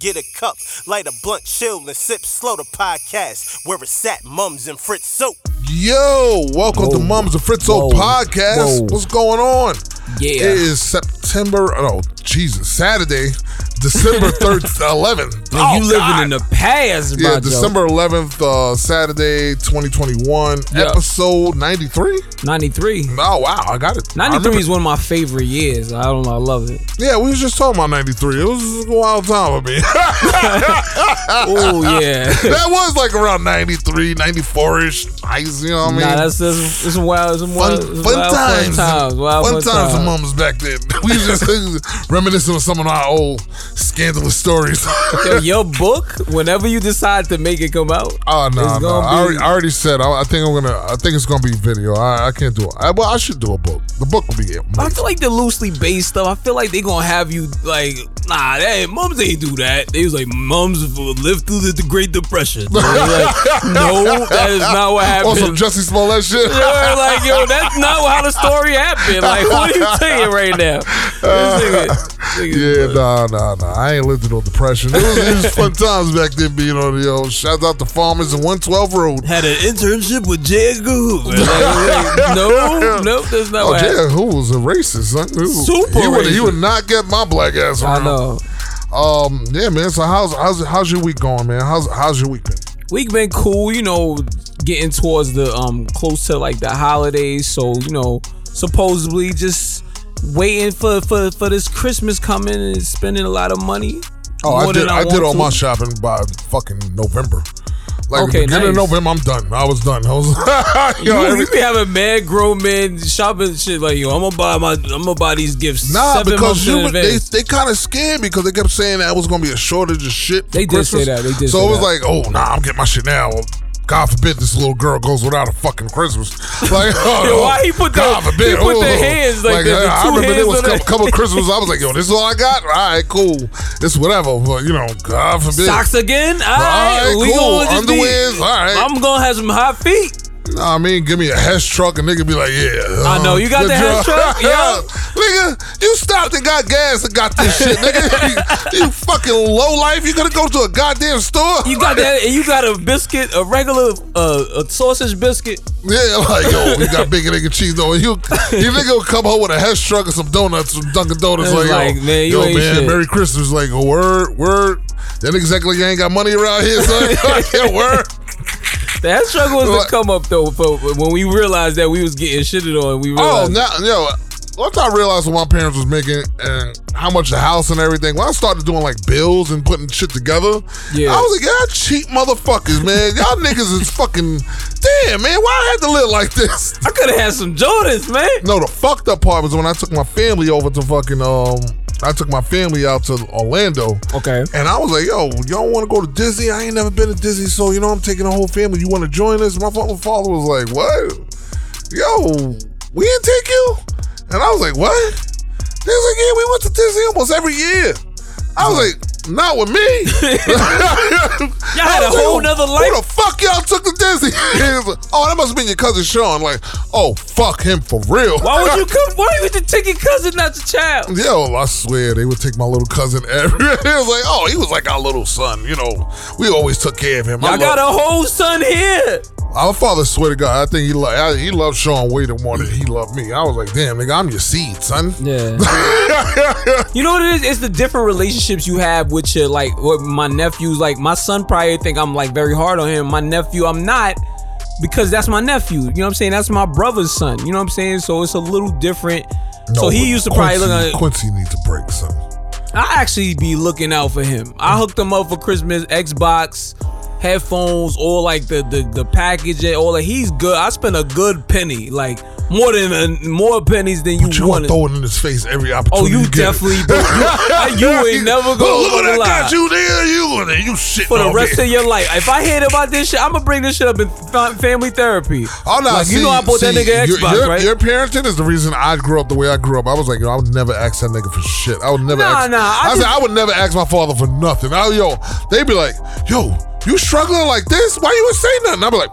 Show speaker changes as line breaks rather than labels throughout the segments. get a cup, light a blunt, chill, and sip slow the podcast where it's at, mums and Fritz Soap.
Yo, welcome to Mums and Fritzo
Whoa.
podcast.
Whoa.
What's going on?
Yeah.
It is September, oh, Jesus, Saturday, December 3rd, 11th.
Man, you living in the past, bro.
Yeah, December 11th, uh, Saturday, 2021,
Yeah.
episode 93.
93.
Oh, wow, I got it. I
93
remember-
is one of my favorite years. I don't know. I love it.
Yeah, we was just talking about 93. It was a wild time for me.
Oh, yeah.
that was like around 93, 94-ish. Nice, you know what I mean?
nah, that's, that's it's a wild, it's a
fun,
Uh, wild, it's a
fun
wild
times.
Fun times. Wild
fun, times for
times.
mums back then. We was just reminiscing of some of our old scandalous stories.
Yo, your book, whenever you decide to make it come out,
oh no,
It's
no.
gonna
I, already,
be-
I already said I, I think I'm gonna. I think it's gonna be video. I, I can't do it. I, well, I should do a book. The book will be it.
I feel like the loosely based stuff. I feel like they gonna have you like, nah, that mums ain't do that. They was like, mums will live through the, the Great Depression. They was like, no, that is not what happened.
Also, Jesse Smollett shit.
Yo, like, yo, that's not how the story happened. Like, what are you saying right now? This nigga-
Yeah,
nigga-
nah, nah, nah. I ain't lived through no depression. It was, it was fun times back then being on the old. Shout out to farmers in 112 Road.
Had an internship with J. Edgar Hoover. Like, like, no, no, that's not
Oh,
what happened.
yeah, who was a racist? Huh? He was-
Super
he would, He
racist.
would not get my black ass around.
I know.
Um, yeah, man. So how's how's how's your week going, man? How's how's your week been?
Week been cool, you know, getting towards the um close to like the holidays, so you know, supposedly just waiting for for for this Christmas coming and spending a lot of money.
Oh, I
More than
did I, did
want
all
to.
my shopping by fucking November. Like
Okay,
beginning of
nice.
November, I'm done. I was done. I was yo,
you,
every-
you be having mad grown men shopping shit like yo. I'm gonna buy my I'm gonna buy these gifts.
Nah,
seven
because
months
you
in
were- they
advance.
they kind of scared because they kept saying that it was gonna be a shortage of shit. For
They did say
Christmas.
that, they did
So
say
it was
that.
like, oh nah, I'm getting my shit now. Well, God forbid this little girl goes without a fucking Christmas. Like, oh,
Yo, why he put the-
God forbid.
he put the
oh.
hands, like, the- the
I
two
remember there
hands
was a
on
couple,
the-
couple Christmas. I was like, yo, this is all I got. All right, cool. It's whatever. But you know, God forbid.
Socks again? All right,
Alright,
we
cool.
gonna just be-
Underwears, alright.
I'm gonna have some hot feet.
Nah, I mean, give me a Hess truck and nigga be like, yeah.
I know, you got
good
the Hess
job.
truck? Yeah.
nigga, you stopped and got gas and got this shit, nigga. you, you fucking low life. You gonna go to a goddamn store?
You got that? and you got a biscuit, a regular uh, a sausage biscuit.
yeah, like, yo, you got bigger nigga cheese. though. you, you nigga gonna come home with a Hess truck and some donuts from Dunkin' Donuts.
It's
Like,
like,
yo,
man, you
yo,
ain't
man,
shit.
Merry Christmas. Like, oh, word, word. That exactly you ain't got money around here, son. yeah, word.
That struggle was
Like-
to come up though, for when we realized that we was getting shitted on, we
Oh,
realized.
now, yo, once I realized what my parents was making and how much the house and everything, when I started doing like bills and putting shit together,
Yeah.
I was like, y'all cheap motherfuckers, man. Y'all niggas is fucking, damn, man, why I had to live like this?
I could have had some Jordans, man.
No, the fucked up part was when I took my family over to fucking, um, I took my family out to Orlando.
Okay.
And I was like, yo, y'all want to go to Disney? I ain't never been to Disney, so you know I'm taking the whole family. You want to join us? My fucking father was like, what? Yo, we didn't take you? And I was like, what? They was like, yeah, we went to Disney almost every year. I was like, not with me. y'all
had a whole nother life.
Who the fuck y'all took to Disney? He was like, oh, that must have been your cousin Sean. Like, oh, fuck him for real.
Why would you come? Why would you take your cousin, not your child?
Yo, I swear they would take my little cousin every. it was like, oh, he was like our little son. You know, we always took care of him.
I
love-
got a whole son here.
Our father, swear to God, I think he loved. I, he loved Sean way more than he loved me. I was like, damn, nigga, I'm your seed, son.
Yeah. you know what it is? It's the different relationships you have with your like with my nephews. Like my son probably think I'm like very hard on him. My nephew, I'm not because that's my nephew. You know what I'm saying? That's my brother's son. You know what I'm saying? So it's a little different. so he used to probably look
Quincy-
at
Quincy needs a break, son.
I actually be looking out for him. I hooked him up for Christmas, Xbox, headphones, all like the the, the package and all that. He's good. I spent a good penny, like more than more pennies than you,
But you want
wanted.
to throw it in his face every
Oh,
opportunity.
you
get.
definitely, bro. You, you ain't never gonna
Oh, look what I
lie.
got you there. You and you shit
for the rest of your life. If I hate about this shit, I'm gonna bring this shit up in fa- family therapy.
Oh no!
like,
see,
you know I bought that
see,
nigga
your,
Xbox,
your,
right?
Your parenting is the reason I grew up the way I grew up. I was like, yo, I would never ask that nigga for shit. I would never.
Nah,
ask,
nah, I
I, said
just-
I would never ask my father for nothing. I, yo, they be like, yo, you struggling like this? Why you ain't say nothing? I be like,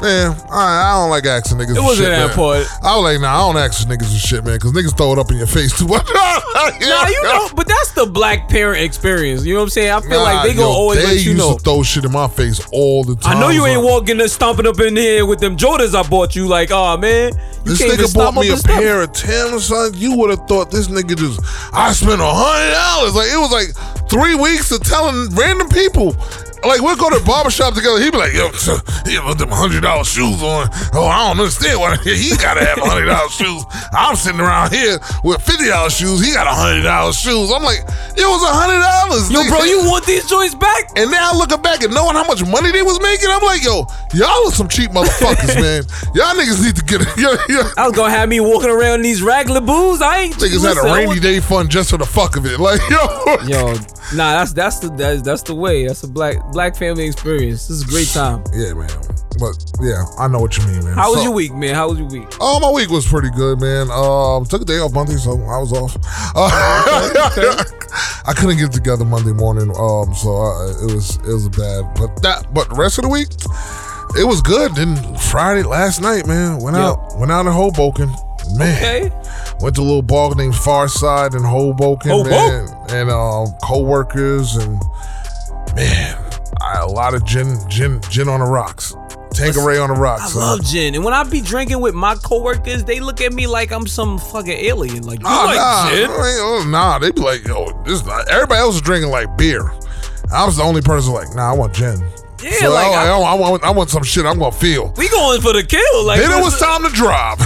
Man, I, I don't like asking niggas.
It
for
wasn't
shit,
that
man.
part.
I was like, nah, I don't ask niggas for shit, man, because niggas throw it up in your face too much.
Nah, you know, but that's the black parent experience. You know what I'm saying? I feel like they gonna
yo,
always
they
let you
used
know.
to throw shit in my face all the time.
I know you
Like,
ain't walking and stomping up in here with them Jordans I bought you. Like, oh man, you
This
can't even
nigga
stomp
bought
up
me a
and stuff.
pair of Tim's, son. You would have thought this nigga just, I spent a hundred dollars. Like, it was like three weeks of telling random people. Like, we'll go to the barbershop together. He'd be like, yo, son, he put them hundred dollar shoes on. Oh, I don't understand why he gotta have hundred dollar shoes. I'm sitting around here with fifty dollar shoes. He got a hundred dollar shoes. I'm like, it was a hundred dollars.
Yo,
nigga.
bro, you want these joints back?
And now looking back and knowing how much money they was making, I'm like, yo, y'all are some cheap motherfuckers, man. Y'all niggas need to get it. Yo, yo.
I was gonna have me walking around in these regular booze. I ain't
Niggas had
listen,
a
I
rainy
want-
day fund just for the fuck of it. Like, yo.
Yo, nah, that's that's the that's, that's the way. That's a black black family experience. This is a great time.
Yeah, man. But yeah, I know what you mean, man.
How was
So-
your week, man? How was your week?
Oh, my week was pretty good, man. Um, took a day off Monday, so I was off. Uh, I couldn't get together Monday morning, um, so I, it was it was bad. But that, but the rest of the week, it was good. Then Friday last night, man, went
Yeah.
out went out in Hoboken, man.
Okay.
Went to a little bar named Far Side in Hoboken,
Hobo-
man, and um, co-workers and man, I, a lot of gin, gin, gin on the rocks, Tangeray on the
I
rocks. son.
love gin, and when I be drinking with my coworkers, they look at me like I'm some fucking alien. Like you
Oh,
like
nah,
gin?
I mean, oh, nah, they be like, yo, this. Everybody else is drinking like beer. I was the only person like, nah, I want gin.
Yeah, like,
I, I,
I-
I want, I want some shit. I'm gonna feel.
We going for the kill. Like
Then it was
this-
time to drive.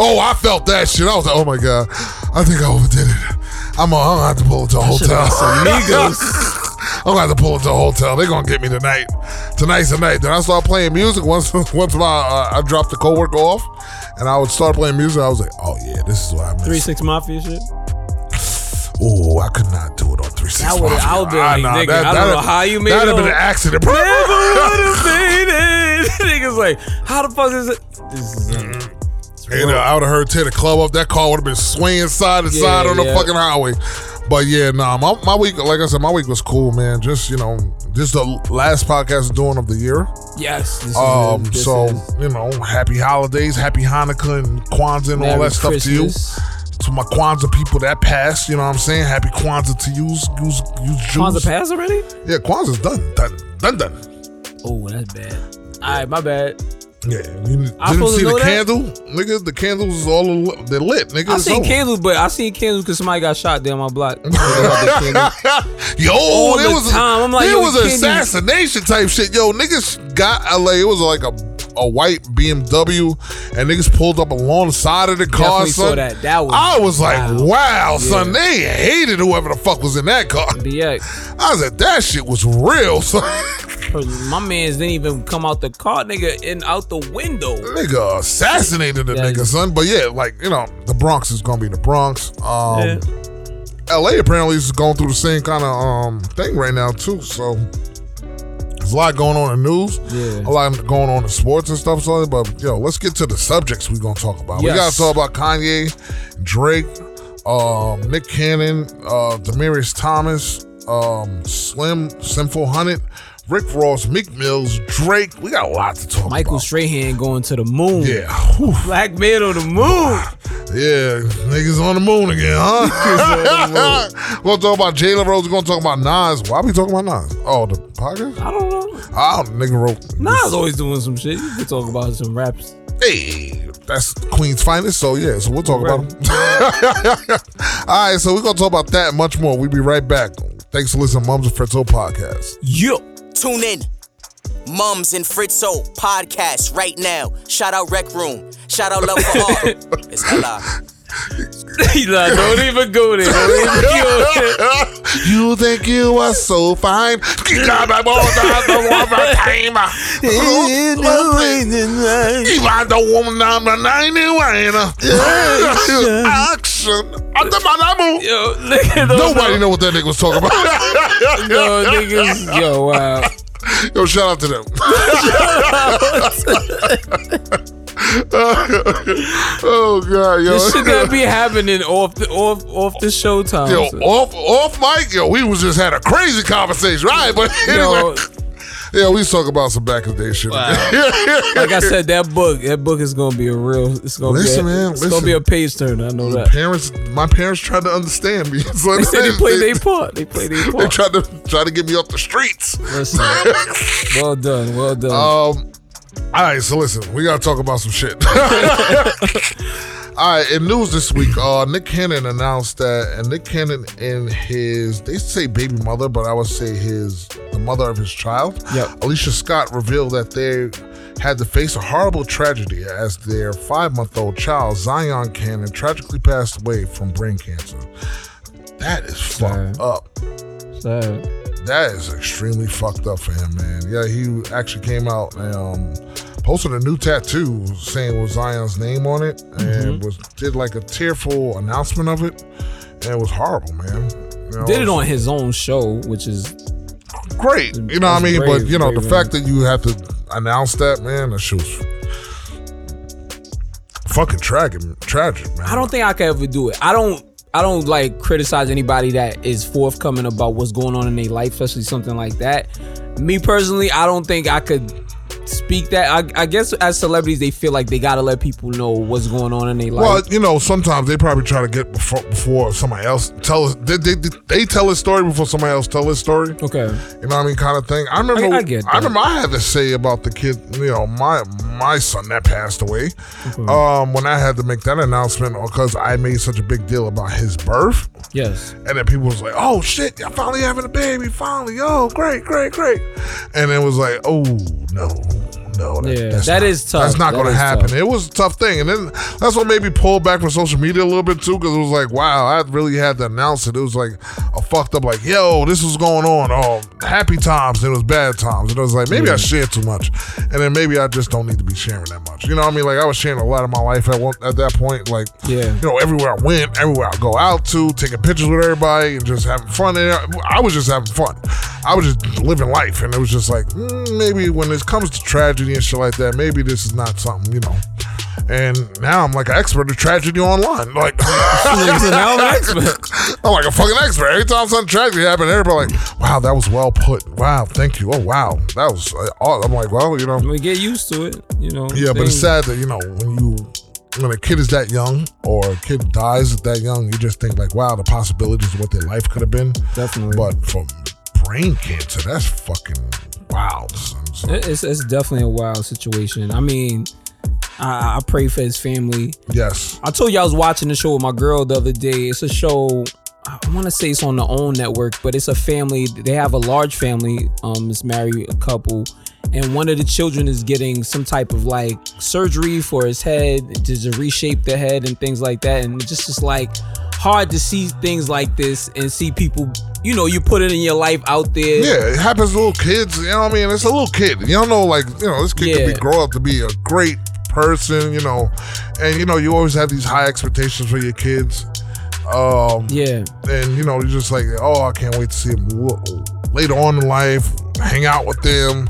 oh, I felt that shit. I was like, oh my god, I think I overdid it. I'm gonna, I'm gonna have to pull it to a
Should've
hotel.
got some Migos.
I'm gonna have to pull it to a hotel. They're gonna get me tonight. Tonight's the night. Then I start playing music. Once once my uh, I dropped the coworker off, and I would start playing music. I was like, oh yeah, this is what I missed.
Three six mafia shit.
Oh, I could not do it on three Ah, six.
I would've- I would've been like, nigga, I don't know how you made
That'd
it
have been
on.
an accident.
Never would have made it. Niggas like, how the fuck is it? This is
Mm.
it's
And uh,
rough.
I would have heard tear the club up. That car would have been swaying side to
Yeah,
side on the
yeah.
fucking highway. But yeah, nah, my, my week, like I said, my week was cool, man. Just you know, this is the last podcast I'm doing of the year.
yes. This is
Um,
it. This
so
is-
you know, happy holidays, happy Hanukkah and Kwanzaa and all
Merry
that stuff
Christmas.
to you. To my Kwanzaa people that passed, you know what I'm saying? Happy Kwanzaa to you, you, you Jews.
Kwanzaa pass already?
Yeah, Kwanzaa's done, done, done, done.
Oh, that's bad. All right, my bad.
Yeah, you
I
didn't
supposed
see
to
the
know that?
candle, nigga. The candles is all li- they're lit, nigga.
I
It's
seen
over.
candles, but I seen candles because somebody got shot down my block. yo,
yo,
All
there
the
was
time. I'm like,
there
yo,
was
you
an
can't even-
assassination type shit. Yo, niggas got like it was like a a white BMW, and niggas pulled up alongside of the car.
Definitely
son.
saw that. That was
I was like, wow,
wild.
son. They hated whoever the fuck was in that car.
BX.
I said that shit was real, son.
My man's didn't even come out the car, nigga, and out the window.
nigga assassinated the
Yeah.
nigga, son. But yeah, like you know, the Bronx is gonna be the Bronx. Um,
Yeah.
LA apparently is going through the same kind of um thing right now too. So there's a lot going on in the news,
Yeah.
a lot going on in sports and stuff. So, but yo, let's get to the subjects we're gonna talk about. We
Yes.
gotta talk about Kanye, Drake, um, Nick Cannon, uh, Demarius Thomas, um, Slim, Sinful Hundred, Rick Ross, Meek Mills, Drake. We got a lot to talk
Michael
about.
Strahan going to the moon.
Yeah. Whew.
Black man on the moon.
Yeah, niggas on the moon again, huh? we'll talk about Jalen Rose. We're gonna talk about Nas. Why we talking about Nas? Oh, the podcast?
I don't know.
Oh, nigga wrote.
Nas always doing some shit. You can talk about some raps.
Hey, that's Queen's finest. So yeah, so we'll talk about him. All right, so we're gonna talk about that and much more. We'll be right back. Thanks for listening, to Mums and Fritzo podcast.
Yo.
Tune in. Mums and Fritzo podcast right now. Shout out Rec Room. Shout out Love for All. It's LI.
nah, don't even go there. Don't even go there.
you think you are so fine? You got the more than the one time. You are the woman number 91. Action. I'm the man
Yo, nigga, don't
Nobody know what that nigga was talking
Yo,
about.
niggas. Yo, wow.
Yo, shout out to them. oh god, yo.
This shit that be happening off the off off the showtime.
Yo, off off mic, yo, we was just had a crazy conversation, right? But anyway,
Yo,
yo, Yeah, we talk about some back in the day shit.
Like I said, that book, that book is gonna be a real. It's gonna
Listen,
be a,
man,
It's
listen.
gonna be a page turner. I know
The
that.
parents, my parents tried to understand me. It's like-
They said they played their part. They played their
they
part.
tried to try to get me off the streets.
Listen, well done, well done.
Um, all right, so listen, we gotta talk about some shit. all right, in news this week, uh, Nick Cannon announced that, and Nick Cannon and his, they say baby mother, but I would say his, the mother of his child,
Yep.
Alicia Scott, revealed that they had to face a horrible tragedy as their five-month-old child Zion Cannon tragically passed away from brain cancer. That is fucked
Sad.
up.
Uh, Sad.
That is extremely fucked up for him, man. Yeah, he actually came out and um, posted a new tattoo saying with Zion's name on it,
Mm-hmm.
and was did like a tearful announcement of it, and it was horrible, man. You know,
Did it on his own show, which is
great, you know what I
That's
mean?
brave,
but you know,
brave
the
of
fact that you have to announce that, man, that shit was fucking tragic, tragic, man.
I don't think I could ever do it. I don't. I don't like criticize anybody that is forthcoming about what's going on in their life, especially something like that. Me personally, I don't think I could speak that. I, I guess as celebrities, they feel like they gotta let people know what's going on in their life.
Well, you know, sometimes they probably try to get before, before somebody else tell us. They, they, they tell a story before somebody else tell his story.
okay.
You know what I mean, kind of thing. I remember.
I get
I
that.
remember I had to say about the kid. You know, my my son that passed away.
Mm-hmm.
Um, when I had to make that announcement because I made such a big deal about his birth,
Yes.
and then people was like, "Oh shit, y'all finally having a baby! Finally, oh great, great, great!" And it was like, "Oh no." No, that,
Yeah,
that's
that
not,
is tough.
That's not
That
going to
is
happen.
tough.
It was a tough thing, and then that's what made me pull back from social media a little bit too, because it was like, wow, I really had to announce it. It was like a fucked up, like, yo, this was going on. Oh, happy times, and it was bad times, and it was like maybe I shared too much, and then maybe I just don't need to be sharing that much. You know what I mean? Like I was sharing a lot of my life at one, at that point, like
Yeah.
you know, everywhere I went, everywhere I go out to, taking pictures with everybody and just having fun. And I was just having fun. I was just living life. And it was just like, mm, maybe when it comes to tragedy and shit like that, maybe this is not something, you know. And now I'm like an expert of tragedy online. Like,
now I'm an expert.
I'm like a fucking expert. Every time something tragic happened, everybody like, wow, that was well put. Wow, thank you. Oh, wow. That was, uh, aw-" I'm like, well, you know.
We get used to it. You know.
Yeah, but it's
things-
sad that you know when you when a kid is that young or a kid dies at that young, you just think like, wow, the possibilities of what their life could have been.
Definitely.
But from brain cancer, that's fucking wild. son. So,
It- It's, it's definitely a wild situation. I mean, I, I pray for his family.
yes,
I told you I was watching the show with my girl the other day. It's a show. I want to say it's on the OWN network, but it's a family. They have a large family. Um, it's married a couple, and one of the children is getting some type of like surgery for his head to just reshape the head and things like that. And it's just just like hard to see things like this and see people. You know, you put it in your life out there.
yeah, it happens to little kids. You know what I mean? It's a little kid. You don't know, like you know, this kid could
Yeah.
be grow up to be a great person. You know, and you know, you always have these high expectations for your kids. Um,
Yeah.
and you know you're just like oh i can't wait to see him l- later on in life hang out with them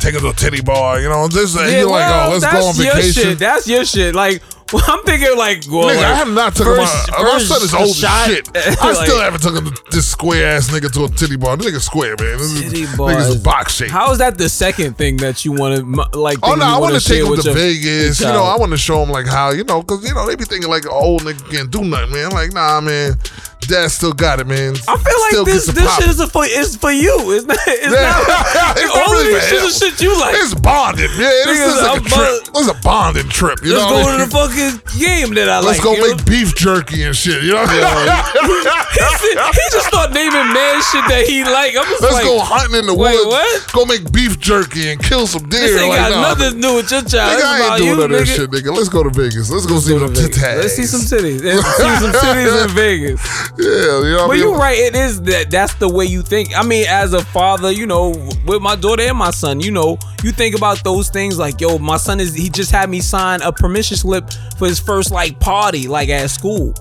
take them to a titty bar you know this and
Yeah,
you're like
well,
oh let's go on
that's Your
vacation
shit. That's your shit. Like well, I'm thinking, like, well,
Nigga,
like,
I have not taken
first-
my my
first
son is old as
shot-
shit. I
Like-
still haven't taken this square ass nigga to a titty bar. This nigga square man. This
Titty
is,
bars.
nigga's box shape.
How is that the second thing that you want to like?
Oh
thing
no,
you
I want
wanna
to take
share
him
with
to
your-
Vegas. You
your
know, I
child?
want to show him like how you know, cause you know they be thinking like an old nigga can't do nothing, man. Like nah, man, dad still got it, man.
I feel like
Still gets
this
the
this
pop.
shit is a for it's for you. It's not. It's not.
It's
It's
not
only
really
this shit
for
is
him.
shit you like.
It's bonded. Yeah, this
Niggas,
is like a
I'm
trip.
bu-
This is a bonding trip. You
Let's
know
go
what I
to
mean?
the fucking game that I
Let's
like.
go
you know?
make beef jerky and shit. You know?
he just start naming man shit that he like. I'm just
Let's
like,
go hunting in the
wait,
woods.
what?
Go make beef jerky and kill some deer.
this ain't
like,
got
nah,
nothing to do with your child.
Nigga,
It's
I
about
ain't doing
you,
none of that
nigga.
shit, nigga. Let's go to Vegas. Let's go see
Go
some
to Vegas.
titties.
Let's see some titties. Let's see some titties in Vegas.
Yeah, you know what I
But
mean?
you're right. It is that. That's the way you think. I mean, as a father, you know, with my daughter and my son, you know, you think about those things like, yo, my son is. He just had me sign a permission slip for his first like party, like at school.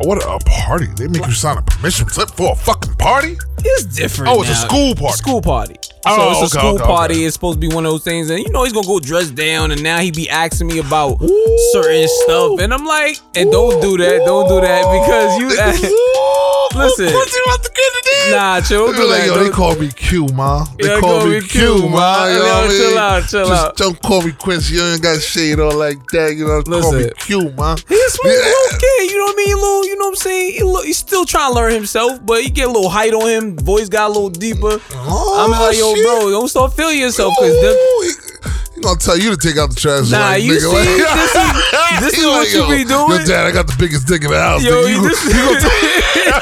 What a party! They make you sign a permission slip for a fucking party.
It's different.
Oh, it's a
now.
school party.
School party.
Oh,
so it's
okay,
a school
okay, okay.
party. It's supposed to be one of those things, and you know he's gonna go dressed down, and now he be asking me about certain stuff, and I'm like, and don't do that, don't do that, because you.
Ooh,
Listen.
What you about to get it in?
Nah, chill.
They
Don't
be
do
like,
that.
yo, they
Don't-
call me Q, ma. They
Yeah,
call me Q, ma. You know what I
Yo,
mean?
chill out, chill
Just
out.
don't call me Quincy. You ain't got shade all like that. You know, call me
Listen.
Q, ma.
He's a smooth
Yeah.
little kid, you know what I mean? Little, you know what I'm saying? He look, he's still trying to learn himself, but he get a little height on him. Voice got a little deeper.
Oh,
I'm like, yo,
shit.
bro, don't start feeling yourself, cause them,
Ooh, he- he gonna tell you to take out the trash.
Nah,
like,
you
nigga,
see? This
like,
is- this
He
is what you
yo,
be doing?
Yo, dad, I got the biggest dick in the house.
Yo,
nigga. You,
this,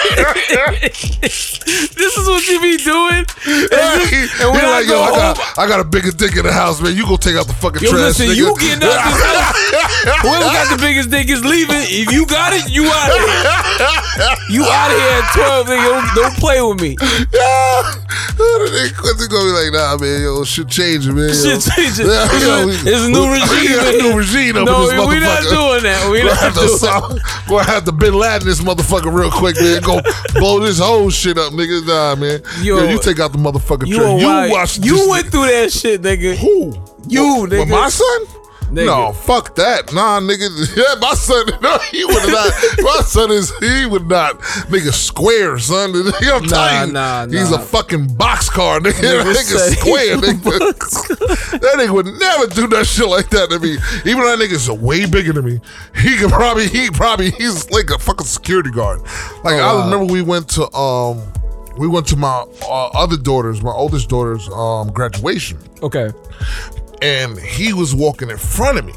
this is what you be doing. And, this-
He-
and when
he
I
like,
go
yo, I
home,
got, I got a biggest dick in the house, man. You gonna take out the fucking
Yo,
trash.
listen,
nigga.
you getting out this house. Whoever got the biggest dick is leaving. If you got it, you out of here. You out of here at 12, nigga. Don't, don't play with me.
Yeah. They Quincy gonna be like, nah, man, yo, shit changing, man. yo.
Shit changing.
Yeah,
It's
yo,
a-
we-
it's a new
we-
regime
we got a
in here.
new regime up
No,
in this
we not
motherfucker.
doing that. We
Gonna
not
have to
doing
stop- Gonna have to Bin Laden this motherfucker real quick, man. Go blow this whole shit up, nigga. Nah, man. Yo,
Yo,
you take out the motherfucker.
You,
trash.
a wild-
you watch
you
this
went through that shit, nigga.
Who?
You,
With- With
nigga.
my son?
Nigga.
No, fuck that. Nah, nigga. Yeah, my son. No, he would not. my son is, he would not. Nigga, square, son. I'm telling
Nah,
you.
nah,
He's
nah.
a fucking boxcar, nigga.
Nigga
Nigga,
said he
square, nigga. that nigga would never do that shit like that to me. Even though that nigga's way bigger than me. He could probably, he probably, he's like a fucking security guard. Like,
Oh,
I remember we went to, um, we went to my uh, other daughter's, my oldest daughter's um, graduation
Okay.
and he was walking in front of me.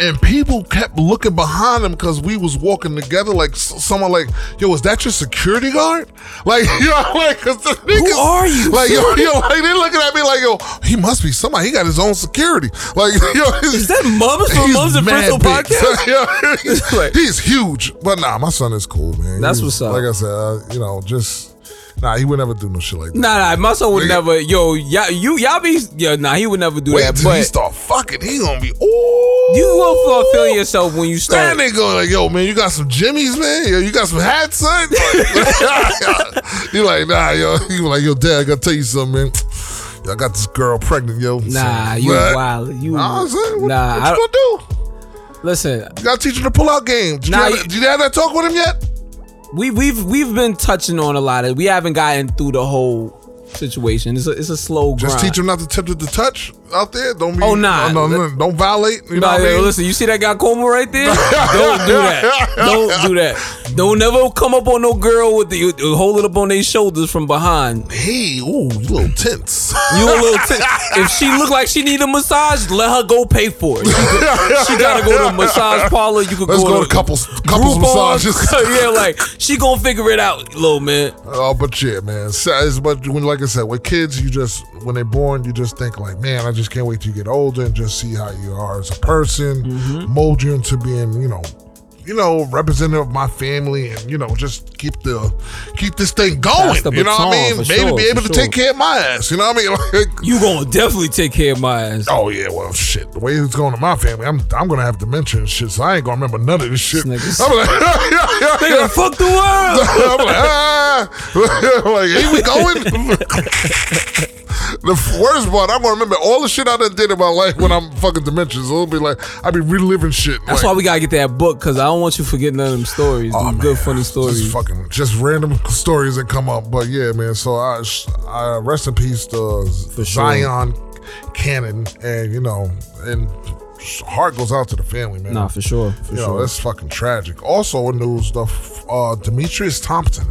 And people kept looking behind him because we was walking together. Like s- someone, like, yo, is that your security guard? Like, yo, like, cause the niggas,
are you?
Like, yo, yo, like they looking at me like, yo, he must be somebody. He got his own security. Like, yo,
Is that Mums from Mums and Frizzle podcast?
yeah, he's,
Like-
he's huge. But nah, my son is cool, man.
That's
He-
what's up.
Like I said, uh, you know, just nah, he would never do no shit like that.
Nah, nah, my son would
Nigga.
never. Yo, y'all, you, y'all be. Yo, nah, he would never do
Wait
that.
till
But
he start fucking, he gonna be ooh.
you will feel- feel yourself when you
That
start.
nigga going like, yo, man, you got some jimmies, man. Yo, you got some hats, son. you like, nah, yo. You like, yo, dad, I gotta tell you something, man. Yo, I got this girl pregnant, yo.
Nah,
So,
you
what?
wild. You
Nah, son, what,
nah.
what
I
you
don't,
gonna do?
listen,
You gotta teach her the pull-out game. Did,
Nah,
you,
you-
have, did you have that talk with him yet?
we we've we've been touching on a lot of. We haven't gotten through the whole situation. It's a it's a slow
Just
grind.
teach him not to tempt her to touch out there. Don't be.
Oh, nah.
No, no, no, don't violate. You know
Nah,
what I
yo,
mean?
listen, you see that guy Como right there? Don't do that. Don't do that. Don't never come up on no girl with the uh, hold it up on their shoulders from behind.
Hey, ooh, you little tense.
You a little. T- if she look like she need a massage, let her go pay for it. She, go- she gotta go to a massage parlor. You could
Let's
go,
go to couples- couples
Groupon.
massages.
yeah, like she gonna figure it out, little man.
Oh, but yeah, man. So, It's, but when, like I said, with kids, you just when they're born, you just think like, man, I just can't wait to get older and just see how you are as a person,
Mm-hmm.
mold you into being, you know, you know, representative of my family, and you know, just keep the keep this thing going.
the
You know what I mean?
baton,
Maybe
for sure,
be able
for
to
sure.
take care of my ass. You know what I mean? Like,
You gonna definitely take care of my ass.
oh yeah, well, shit. The way it's going to my family, I'm I'm gonna have dementia and shit, so I ain't gonna remember none of this shit.
This nigga's-
I'm like,
They gonna fuck the world.
I'm like, ah. like, here we going. the worst part, I'm gonna remember all the shit I done did in my life when I'm fucking dementia. So it'll be like, I'll be reliving shit.
That's
like,
why we gotta get that book because I don't want you forgetting none of them
Oh,
stories. them good funny
Just
stories.
fucking, just random stories that come up. But yeah, man. So I, sh- I rest in peace to
sure.
Zion Cannon, and you know, and heart goes out to the family, man.
Nah, for sure, for
You know,
sure.
that's fucking tragic. Also in news, the uh, Demetrius Thompson,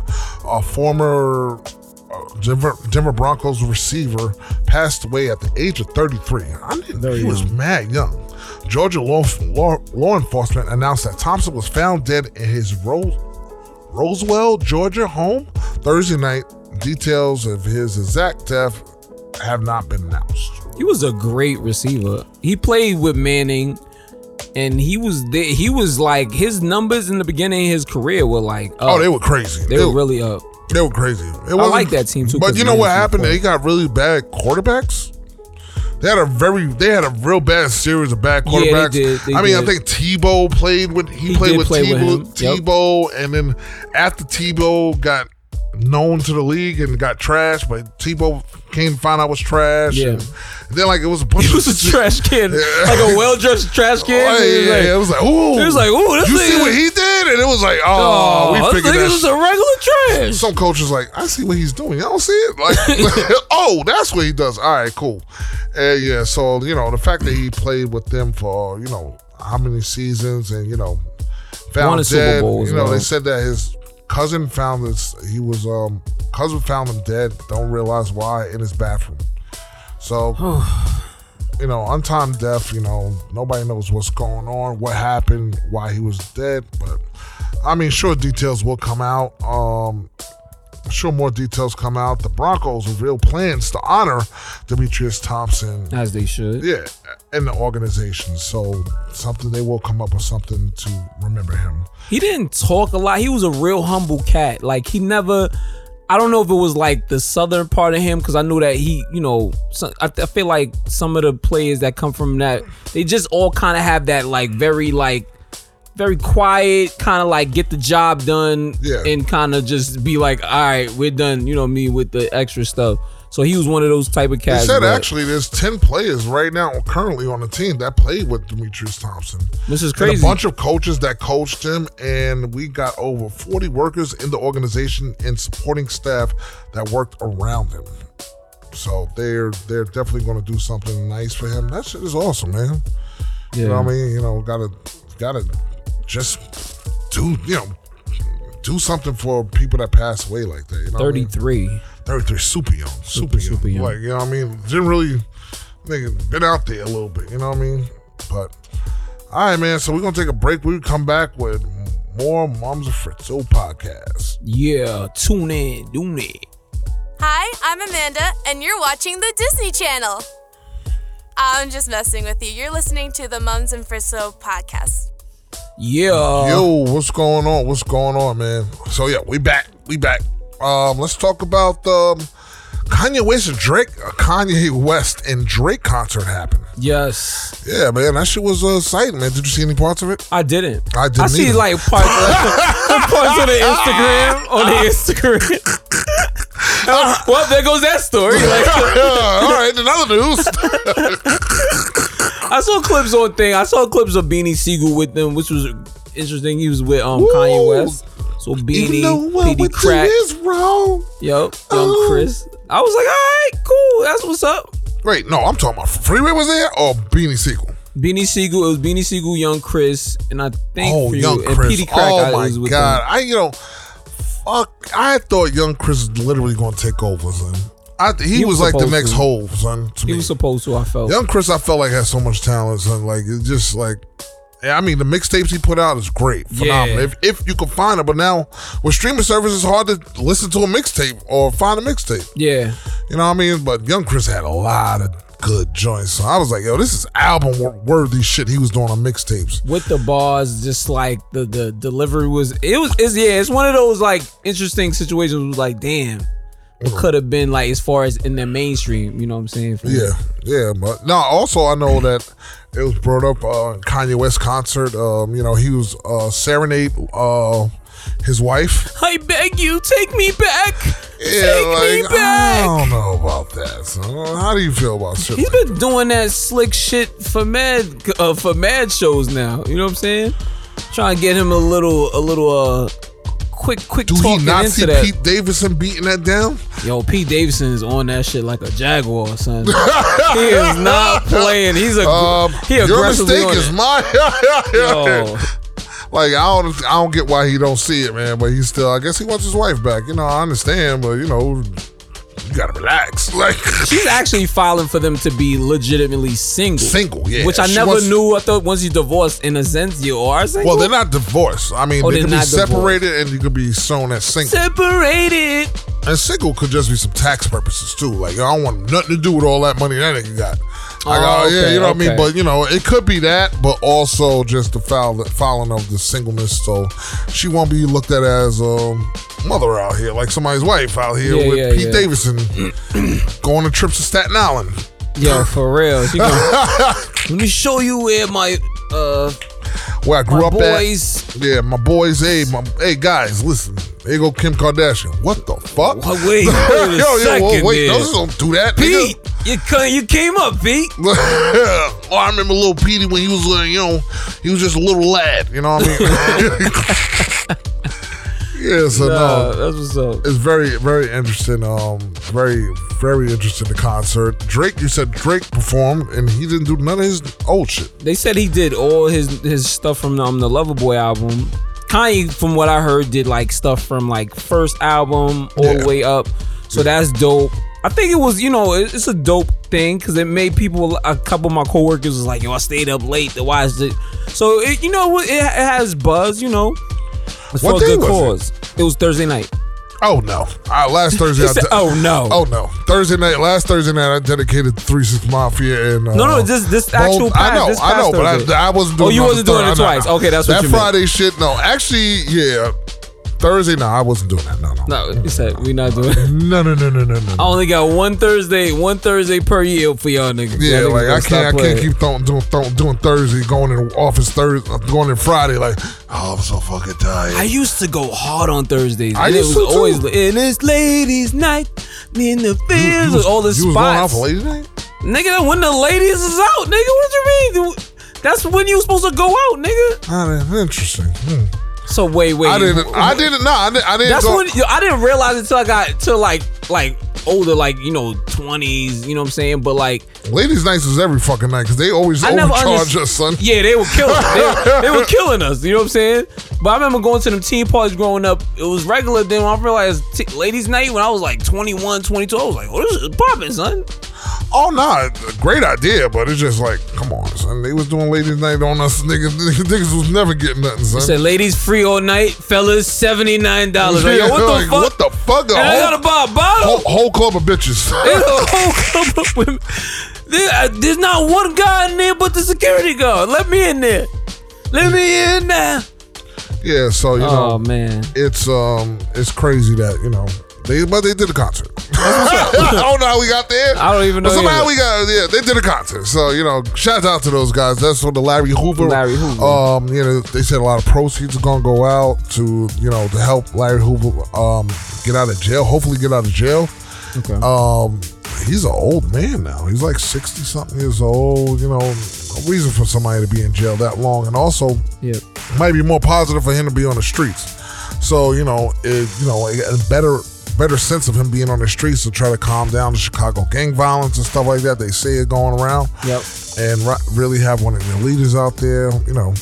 a former uh, Denver, Denver Broncos receiver, passed away at the age of 33. I didn't,
Very
he was
young.
mad young. Georgia law, law, law enforcement announced that Thompson was found dead in his Rose, Roswell, Georgia home Thursday night. Details of his exact death have not been announced.
He was a great receiver. He played with Manning, and he was there. He was like his numbers in the beginning of his career were like up.
Oh, they were crazy.
they were really up.
They were crazy. It I
like that team, too,
But
'cause
you know what
Manny's
happened?
before.
They got really bad quarterbacks. They had a very, they had a real bad series of bad
Yeah, they
quarterbacks.
did, they
I mean, I
did.
think Tebow played with he,
He
played
did
with
play with
Tebow,
him, yep.
Tebow, and then after Tebow got known to the league and got trash, but Tebow came to find out was trash.
Yeah.
And then like it was a bunch
He was
of
a trash can, like a well dressed trash
Oh,
can.
yeah, yeah, yeah. It was like, ooh.
It was like, ooh, this
You see
nigga-
what he did? it. It was like, oh,
Oh,
we
us
figured
niggas
that.
is
shit.
a regular trash.
Some coaches like, I see what he's doing. I don't see it. Like, oh, that's what he does. All right, cool. And yeah, so you know the fact that he played with them for you know how many seasons, and you know found
Won a
dead.
Super Bowl as
you know
well.
they said that his cousin found this. He was um cousin found him dead. Don't realize why in his bathroom. So you know, untimed death, you know, nobody knows what's going on, what happened, why he was dead, but I mean, sure details will come out. Um sure more details come out. The Broncos reveal plans to honor Demetrius Thompson.
As they should.
Yeah, in the organization. So something they will come up with something to remember him.
He didn't talk a lot. He was a real humble cat. Like he never. I don't know if it was like the southern part of him because I knew that he, you know, so- I, I feel like some of the players that come from that, they just all kind of have that like very like very quiet kind of like get the job done
Yeah.
and kind of just be like, all right, we're done. You know me with the extra stuff. So he was one of those type of
They
cats.
said
but
actually there's ten players right now currently on the team that played with Demetrius Thompson.
this is
And
crazy.
a bunch of coaches that coached him, and we got over 40 workers in the organization and supporting staff that worked around him. So they're they're definitely going to do something nice for him. That shit is awesome, man.
yeah.
You know what I mean? You know, gotta gotta just do you know do something for people that pass away like that. You know what I mean?
33.
33, super young, super, young.
super young.
Like, you know what I mean? Didn't really, nigga, been out there a little bit, you know what I mean? But, all right, man, so we're going to take a break. we come back with more Moms and Fritzo podcast.
Yeah. Tune in. Tune it.
Hi, I'm Amanda, and you're watching the Disney Channel. I'm just messing with you. You're listening to the Mums and Frisso podcast.
Yeah.
Yo, what's going on? What's going on, man? So, yeah, we back. We back. Um, let's talk about um, Kanye West and Drake. uh, Kanye West and Drake concert happened.
Yes.
Yeah, man, that shit was uh, exciting, man. Did you see any parts of it?
I didn't.
I didn't
I see
either.
like parts, like, parts on the Instagram. On the Instagram. well, there goes that story. Like,
all right, another news.
I saw clips on thing. I saw clips of Beanie Siegel with them, which was interesting. He was with um Kanye
Ooh.
West. So Beanie, Petey
with
Crack,
you is wrong.
yup, young
Oh.
Chris. I was like, all right, cool. That's what's up.
Wait, no, I'm talking about Freeway was there or Beanie Siegel?
Beanie Siegel. It was Beanie Siegel, Young Chris, and I think
Oh,
for you-
Young
and
Chris.
Petey Crack.
oh
I
my
was with
god,
them.
I you know, fuck. I thought Young Chris was literally going to take over, son. I, he,
He
was, like
was
the
supposed
next
to.
Hove, son. To
He
me.
was supposed to. I felt.
Young Chris, I felt like had so much talent, son. Like it's just like. yeah, I mean, the mixtapes he put out is great, phenomenal.
Yeah.
If, if you can find it, but now with streaming services, it's hard to listen to a mixtape or find a mixtape.
Yeah.
You know what I mean? But Young Chris had a lot of good joints. So I was like, yo, this is album wor- worthy shit he was doing on mixtapes.
with the bars, just like the the delivery was it was it's yeah, it's one of those like interesting situations where it was like, damn,
Mm.
it could have been like as far as in the mainstream, you know what I'm saying? For-
Yeah, yeah. But no, also I know that it was brought up uh Kanye West concert. Um, you know, he was uh serenade uh his wife.
I beg you, take me back.
Yeah,
Take me
like oh.
back.
I don't know about that. So how do you feel about shit?
He's
like-
been doing that slick shit for mad uh, for mad shows now. You know what I'm saying? Trying to get him a little a little uh quick quick
do he
talking
not
into
see
that.
Pete Davidson beating that down?
Yo, Pete Davidson is on that shit like a jaguar, son. he is not playing. He's a
Um,
he
your
aggressively
mistake
on
is
it.
my.
Yo,
Like I don't, I don't get why he don't see it, man. But he still, I guess he wants his wife back. You know, I understand, but you know, you gotta relax. Like
she's actually filing for them to be legitimately single.
single, yeah.
Which I
She
never
wants-
knew. I thought once you divorced, in a sense, you are single.
Well, they're not divorced. I mean,
Oh,
they
they're
could be
not divorced.
separated, and you could be shown as single.
separated.
and single could just be some tax purposes too. Like I don't want nothing to do with all that money that nigga got. Like,
Oh,
oh, yeah,
okay,
you know what I mean.
okay.
But you know, it could be that, but also just the foul, fouling of the singleness. So she won't be looked at as um, mother out here, like somebody's wife out here
Yeah,
with
yeah,
Pete
yeah.
Davidson going on trips to Staten Island.
Yo, for real. She gonna, let me show you where my uh
Where I grew
my
up
boys.
at. Yeah, my boys. Hey, my hey guys, listen. There go Kim Kardashian. What the fuck?
What- wait, wait a
yo, yo, whoa,
second
wait,
there.
those don't do that, nigga.
Pete, you ca- you came up, Pete.
oh, I remember little Petey when he was, uh, you know, he was just a little lad. You know what I mean? yeah. So
Nah,
no,
Uh, that's what's up.
it's very, very interesting. Um, very, very interesting. The concert. Drake, you said Drake performed, and he didn't do none of his old shit.
They said he did all his his stuff from um, the Loverboy album. Kanye, from what I heard, did like stuff from like first album all
Yeah.
the way up. So that's dope. I think it was, you know, it- it's a dope thing because it made people. A couple of my coworkers was like, "Yo, I stayed up late to watch it." So it, you know, what, it, it has buzz. You know, it's
What
for a
day
good
was
cause. It? was Thursday night.
Oh no! Uh, last Thursday. I
It's a-
de-
oh no!
Oh no! Thursday night, last Thursday night, I dedicated Three Six Mafia and uh,
No, no, this- this actual
I
past-
know,
this
I know,
past
but
Thursday.
I, I wasn't
Oh,
doing.
you
on
wasn't doing
Thur-
it
I know.
twice. Okay, that's what
that
you meant.
Friday shit. No, actually, yeah, Thursday. No, I wasn't doing that. No, no,
No, Oh, he said we not doing. it.
no, no, no, no, no. no.
I only got one Thursday, one Thursday per year for y'all niggas.
yeah,
Y'all niggas
like
gotta
I
stop
can't, I
playing.
can't keep throwing, doing, throwing, doing Thursday, going in the office Thursday, going in Friday. Like, oh, I'm so fucking tired.
I used to go hard on Thursdays.
I
and
used
it
to,
was
too.
always and it's ladies' night in the
You- you
fields,
was-
with all the
you was going out
spots.
for ladies' night?
nigga, when the ladies is out, nigga, what you mean? That's when you supposed to go out, nigga.
Oh, that's interesting. Hmm.
So wait, wait.
I didn't. I didn't. No, I didn't. I didn't
That's
go,
when yo, I didn't realize until I got to like like older, like you know twenties. You know what I'm saying? But like
Ladies' nights was every fucking night because they always
I never
overcharge
underst-
us, son.
Yeah, they were killing. they, they were killing us. You know what I'm saying? But I remember going to them teen parties growing up. It was regular. Then when I realized t- ladies' night when I was like 21, 22, I was like, "Oh, this is popping, son."
Oh nah, a great idea, but it's just like, come on, son. They was doing ladies' night on us, niggas. Niggas was never getting nothing, son.
Said ladies free all night, fellas seventy nine dollars.
Yeah,
Like, yo, what the
like,
fuck?
What the fuck? Oh. A
and I
whole,
gotta buy a bottle.
whole, whole club of bitches.
There's a whole club of women. There- uh, there's not one guy in there but the security guard. Let me in there. Let me in there.
yeah, so you know,
Oh man.
it's um, it's crazy that you know they, but they did a concert. I don't know how we got there.
I don't even
But
know
somehow
either.
we got yeah, they did a concert. So you know, shout out to those guys. That's what the Larry Hoover.
Larry Hoover.
Um, you know, they said a lot of proceeds are gonna go out to you know to help Larry Hoover um get out of jail. Hopefully, get out of jail.
Okay.
Um, he's an old man now. He's like sixty something years old. You know, no reason for somebody to be in jail that long, and also
yeah.
might be more positive for him to be on the streets. So you know, it, you know, a better better sense of him being on the streets to try to calm down the Chicago gang violence and stuff like that. They say it going around,
Yep.
and ri- really have one of the leaders out there. You know,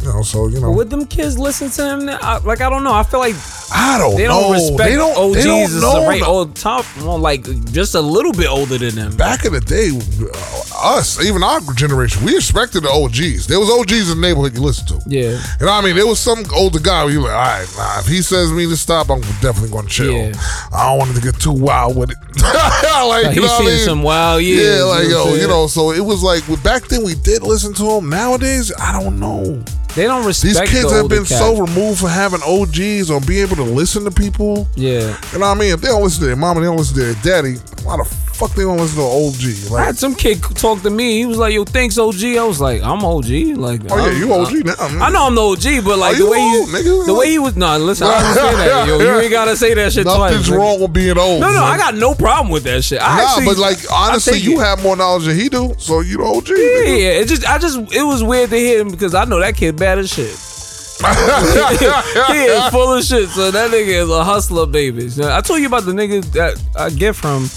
you know. So you know,
Would them kids listen to him? Now? I, like I don't know. I feel like
I don't
they
know.
don't respect
they don't.
OGs
they don't
as
know
the right
no-
old top, well, like just a little bit older than them.
back in the day, uh, us, even our generation, we expected the OGs. There was OGs in the neighborhood you listen to.
Yeah.
You know what I mean? There was some older guy where you like, all right, nah, if he says me to stop, I'm definitely going to chill.
Yeah.
I don't want it to get too wild with it. like,
Like,
you know
he's
what I
seen
mean?
some wild years.
yeah, like,
what I'm
yo, you
saying?
know, so it was like, well, back then we did listen to him. Nowadays, I don't know.
they don't respect
These kids
the
have
older
been
cats.
so removed from having OGs or being able to listen to people.
Yeah,
You know what I mean? If they don't listen to their mom and they don't listen to their daddy, why the fuck they don't listen to an OG?
I
Like,
had some kid talk to me. He was like, "Yo, thanks, OG." I was like, "I'm OG." Like,
Oh yeah,
I'm-
you OG now.
I know I'm the OG, but like
Are
the
you
way
old,
he,
nigga?
the way he was. Nah, listen, I don't say that. Yo, you ain't gotta say that shit
Nothing's
twice. nigga.
wrong with being old.
No, no,
man.
I got no problem with that shit. I
Nah,
actually-
but like
I
honestly,
take
you
it.
have more knowledge than he do, so you the OG.
Yeah,
nigga.
yeah. It just, I just, it was weird to hear him because I know that kid bad as shit. he is full of shit. So that nigga is a hustler, baby. So I told you about the nigga that I get from.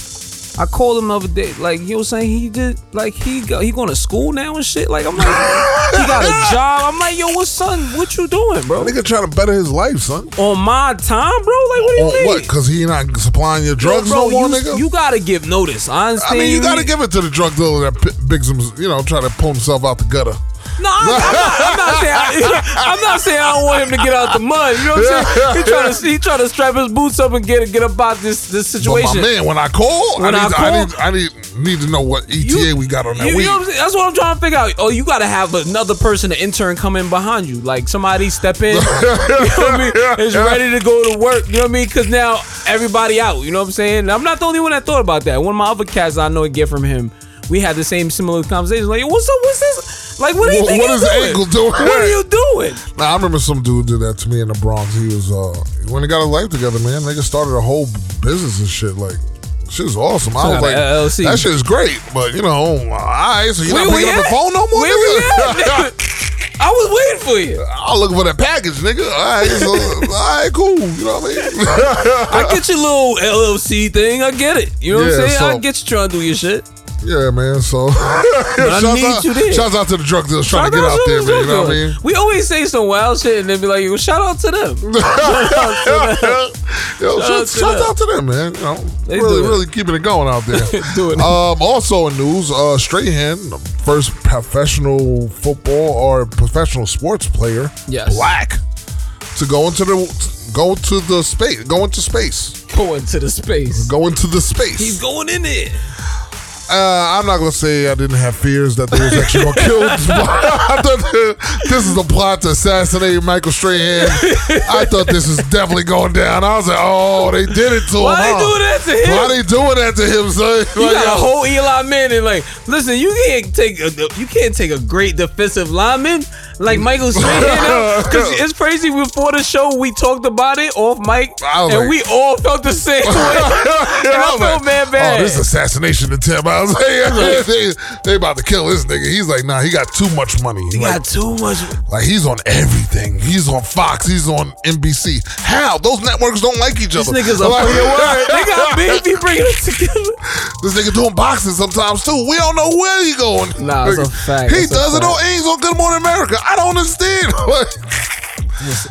I called him the other day, like you was saying he did, like he go, he going to school now and shit. Like I'm like, he got a job. I'm like, yo, what son? What you doing, bro?
Nigga trying to better his life, son.
On my time, bro. Like what do you
On
mean?
what? Cause he not supplying your drugs
bro,
no more,
you,
nigga.
you gotta give notice. I
I
understand.
mean, you gotta give it to the drug dealer that p- bigs him, you know, try to pull himself out the gutter.
No, I'm, I'm, not, I'm not saying. I, am not saying I don't want him to get out the mud. You know what I'm saying? He trying to he trying to strap his boots up and get get up out this this
But
situation.
my man, when I call,
When
I,
I
need,
call-
I need, I need, need to know what ETA
You-
we got on that
You,
weed.
you know what I'm saying? That's what I'm trying to figure out. Oh, you gotta have another person, an intern, come in behind you. Like somebody step in, you know what I mean? Is ready to go to work. You know what I mean? Because now everybody out. You know what I'm saying? And I'm not the only one that thought about that. One of my other cats I know get from him. We had the same similar conversation. Like, what's up? What's this? Like, what do you
What-
think
what
he's
is the
doing?
ankle doing?
What are you doing?
Nah, I remember some dude did that to me in the Bronx. He was uh when he got his life together, man. Nigga started a whole business and shit. Like Shit was awesome. I
Some
was
kind
like,
of LLC.
that shit's great, but you know, all right, so you're
Where
not
we
picking up
at?
the phone no more,
Where we
nigga?
at? I was waiting for you.
I'm looking for that package, nigga. All right, so, all right, cool. You know what I mean?
I get your little LLC thing. I get it. You know what
Yeah,
I'm saying?
so-
I get you trying to do your shit.
yeah, man. So,
I
shouts,
need
out,
you there.
shouts out to the drug dealers trying to get
Shout
out
out
there,
to
man. You
those
know what I
jokers.
mean?
We always say some wild shit and then be like, well, shout out to them.
Yo,
Shout out
shout,
to
shout
them.
out to them, man. You know,
They
really,
do it.
really keeping it going out there.
Do it.
Um, also in news, uh, Strahan, the first professional football or professional sports player,
Yes.
black, to go into the go to the space, go into space,
Going to the space.
go into the space.
He's going in there.
Uh, I'm not gonna say I didn't have fears that they was actually gonna kill. This, but I thought that this is a plot to assassinate Michael Strahan. I thought this was definitely going down. I was like, oh, they did it to
Why
him.
they doing that to him?
Why they doing that to him, son?
You
Like,
got
yo,
a whole Eli Manning. Like, listen, you can't take a, you can't take a great defensive lineman like Michael Strahan. Because it's crazy. Before the show, we talked about it off mic,
I
and
was like-
we all felt the same way. and I
was
felt mad bad.
Oh, this is assassination attempt. I was like, they, they about to kill this nigga. He's like, nah, he got too much money.
You
Like,
got too much.
Like he's on everything. He's on Fox. He's on NBC. How those networks don't like each
These
other?
niggas are
Like-
fucking word. They got baby bringing it together.
This nigga doing boxing sometimes too. We don't know where he going.
Nah, it's a
Like,
fact.
He
It's a
does it
fact.
on Ames on Good Morning America. I don't understand. Like,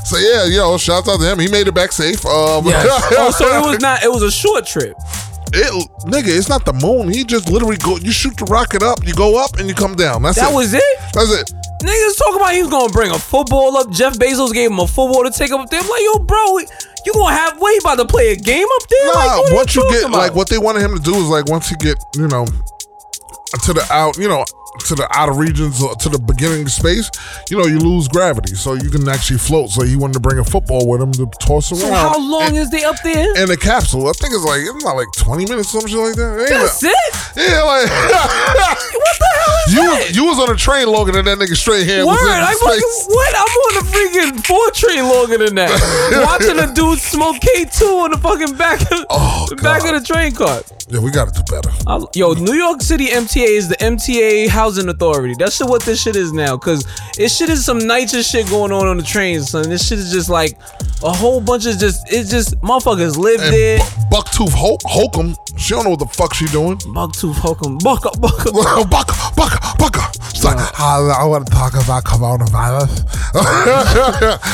so yeah, yo, shouts out to him. He made it back safe. Um,
Yes. oh, so it was not. It was a short trip.
It- nigga, it's not the moon. He just literally go. You shoot the rocket up, you go up, and you come down. That's
That
it.
was it.
That's it.
Niggas talking about he was gonna bring a football up. Jeff Bezos gave him a football to take up there. I'm like, yo, bro, you gonna have way about to play a game up there?
Nah,
like, what are
once you
talking
get
about?
like what they wanted him to do is like once you get you know to the out you know to the outer regions or to the beginning of space, you know you lose gravity, so you can actually float. So he wanted to bring a football with him to toss around.
So how
and,
long is they up there?
and a capsule? I think it's like it's not like twenty minutes, some shit like that. Ain't
That's it.
Yeah, like
What the hell is
you
that?
was, you was on a train longer than that nigga straight hand
Word,
was in
I
space.
fucking what? I'm on a freaking four train longer than that. Watching a dude smoke K2 on the fucking back of
Oh,
the back
God.
of the train cart.
Yeah, we gotta do better.
I- yo, New York City MTA is the MTA housing authority. That's shit what this shit is now. Cause this shit is some nitrous shit going on on the trains, son. This shit is just like a whole bunch of just it's just motherfuckers live
And
there.
Bu- Bucktooth Hol- Holcomb, she don't know what the fuck she doing.
Bucktooth Holcomb, buck up, buck up.
Bucka, bucka, bucka. It's like, I, I want to talk about coronavirus.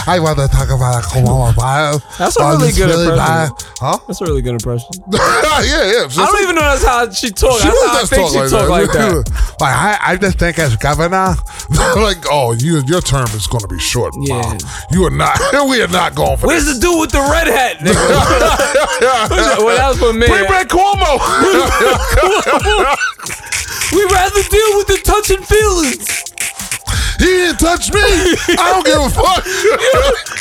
I want to talk about coronavirus.
That's a
Oh,
really
this
good
bad.
impression.
Huh?
That's a really good impression.
yeah, yeah.
I don't even know that's how she talks.
She
That's
really
how I
does
think
talk
she
like,
talk
that.
like that.
Like, I, I just think as governor, like, oh, you, your term is going to be short.
Yeah.
Mom. You are not, we are not going for
Where's the dude with the red hat? Nigga?
that.
well, that was for me.
Bring back Cuomo.
We rather deal with the touching feelings.
he didn't touch me. I don't give a fuck.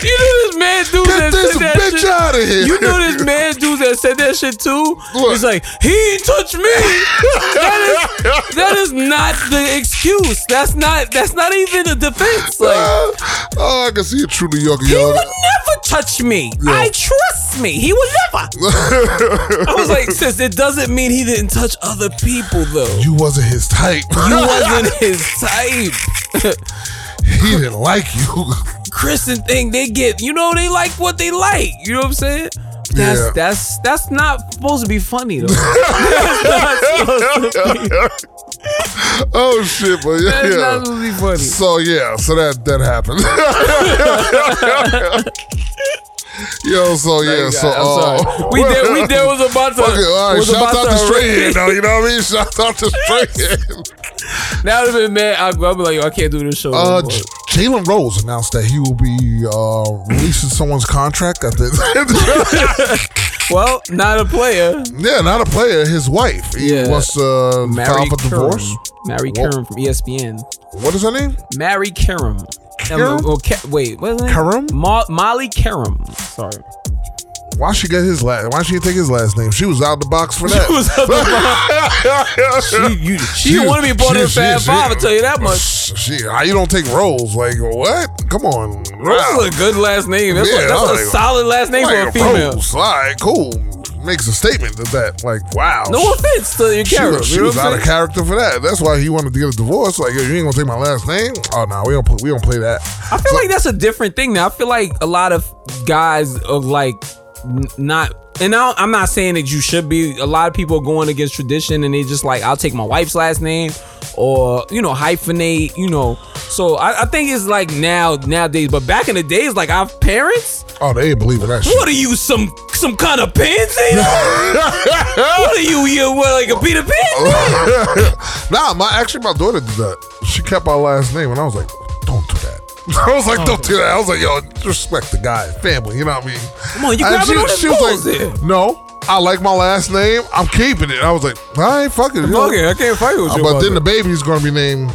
You know this man dude
Get
that
this
said that
bitch
shit.
out of here.
You know this man dude that said that shit too.
What?
He's like, he ain't touch me. that is that is not the excuse. That's not that's not even a defense. Like.
oh, I can see a true New Yorker.
He
yo.
would never touch me.
Yeah.
I trust me. He would never. I was like, sis, it doesn't mean he didn't touch other people though.
you wasn't his type.
You wasn't his type.
he didn't like you.
Kristen thing they get, you know, they like what they like. You know what I'm saying? That's
Yeah.
that's that's not supposed to be funny though. that's not supposed to be,
oh shit, but yeah.
that's not supposed to be funny.
So yeah, so that that happened. Yo, so yeah, so
I'm
uh,
sorry. We did we did was about to,
Fuck it, all right,
was
shout
about
out to
to
Strahan, though. You know what I mean? Shout out to Uh, Strahan.
That would have been mad. I'd be like, yo, I can't do this show. no
Uh,
more.
J- Jalen Rose announced that he will be uh, releasing someone's contract at the.
well, not a player.
yeah, not a player. His wife. He
Yeah.
wants to uh, file
Mary
for
Curran.
divorce.
Mary
Whoa.
Curran from E ESPN.
What is her name?
Mary Karam.
Karam?
Oh, Ka- wait, what is her name?
Karam?
Mo- Molly Karam. Sorry.
Why she get his last? Why she didn't take his last name? She was out the box for that.
She was out the
box.
You- you- she didn't want to be part of the Fab Five. I tell you that much.
She, how you don't take roles? Like what? Come on,
Rose is a good last name. That's,
Yeah,
like, that's
I
a
like-
solid last name for a female.
Rose. All right, cool. makes a statement of that. Like, wow.
No offense to your
She
character.
was,
you
she
know
was
what I'm
out
saying?
of character for that. That's why he wanted to get a divorce. Like, yo, you ain't gonna take my last name? Oh no, we don't. Play, we don't play that.
I feel like that's a different thing now. I feel like a lot of guys of like n- not. And I, I'm not saying that you should be. A lot of people are going against tradition, and they just like, I'll take my wife's last name, or you know, hyphenate. You know, so I, I think it's like now nowadays. But back in the days, like our parents,
Oh, they ain't believing that shit.
what are you, some some kind of pansy? what are you, you what, like a Peter
Oh,
Pan?
nah, my actually my daughter did that. She kept my last name, and I was like, don't do that. I was like, don't do that. I was like, yo, respect the guy, family. You know what I mean?
Come on, you
And
grabbing all them balls there.
no, I like my last name. I'm keeping it. I was like, I ain't fucking. you know? Uh,
Okay, I can't fight with you.
but
about
then
that.
the baby's gonna be named.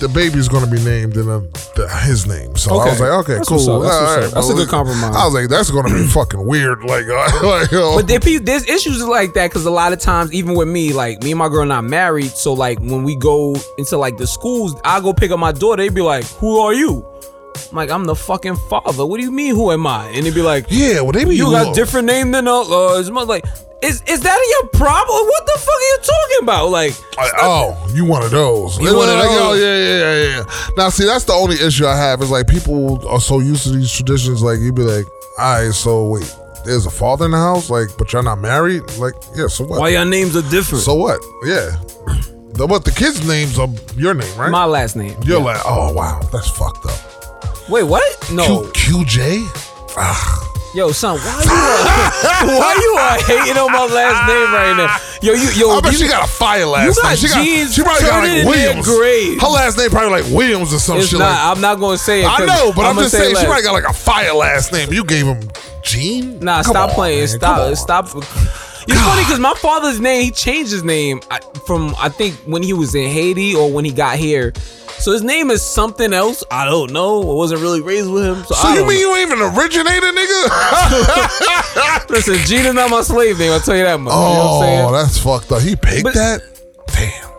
The baby's gonna be named in a, the, his name. So I
Okay.
was like, okay,
That's
cool.
what's up, that's
All
what's
right,
up. That's
bro.
a good compromise.
I was like, that's gonna be fucking weird. Like, uh, like uh,
But there, pe- there's issues like that because a lot of times, even with me, like me and my girl not married, so like when we go into like the schools, I go pick up my daughter. They be like, "Who are you?" I'm like, "I'm the fucking father." What do you mean, who am I? And they be like,
yeah, well, they be
"You
look.
got different name than us." Uh, his mother like, "Is is that your problem? What the fuck are you talking about?" Like,
Like, oh, you one of those.
You
They
one
wanna,
of
like, oh,
those.
yeah, yeah, yeah, yeah. Now, see, that's the only issue I have is like people are so used to these traditions. Like, you'd be like, all right, so wait, there's a father in the house, like, but y'all not married? Like, yeah, so what?
why your names are different?
Uh, so what? Yeah. The, but the kids' names are your name, right?
my last name.
You're like, oh, wow, that's fucked up.
Wait, what? No,
Q, QJ?
yo, son, why you are, why you are hating on my last name right now? Yo, you, yo,
I bet
you-
she got a fire
you
last
got
name. She, got,
jeans
she probably got
turning in
like
their
Williams.
grave.
Her last name probably like Williams or some
It's
shit
not.
like
I'm not gonna say it.
I
'cause
know, but I'm,
I'ma
just
say
saying
less.
she probably got like a fire last name. You gave him Gene?
Nah,
Come
stop
on,
playing.
man. Come on.
Stop. Stop. It's funny because my father's name, he changed his name I- from I think when he was in Haiti or when he got here. So his name is something else. I don't know. I wasn't really raised with him. So,
So
I
you
don't
mean
know.
you ain't even originated, nigga?
Listen, Gina's not my slave name. I'll tell you that much. you know what I'm
oh,
saying?
that's fucked up. He picked
But-
that. Damn,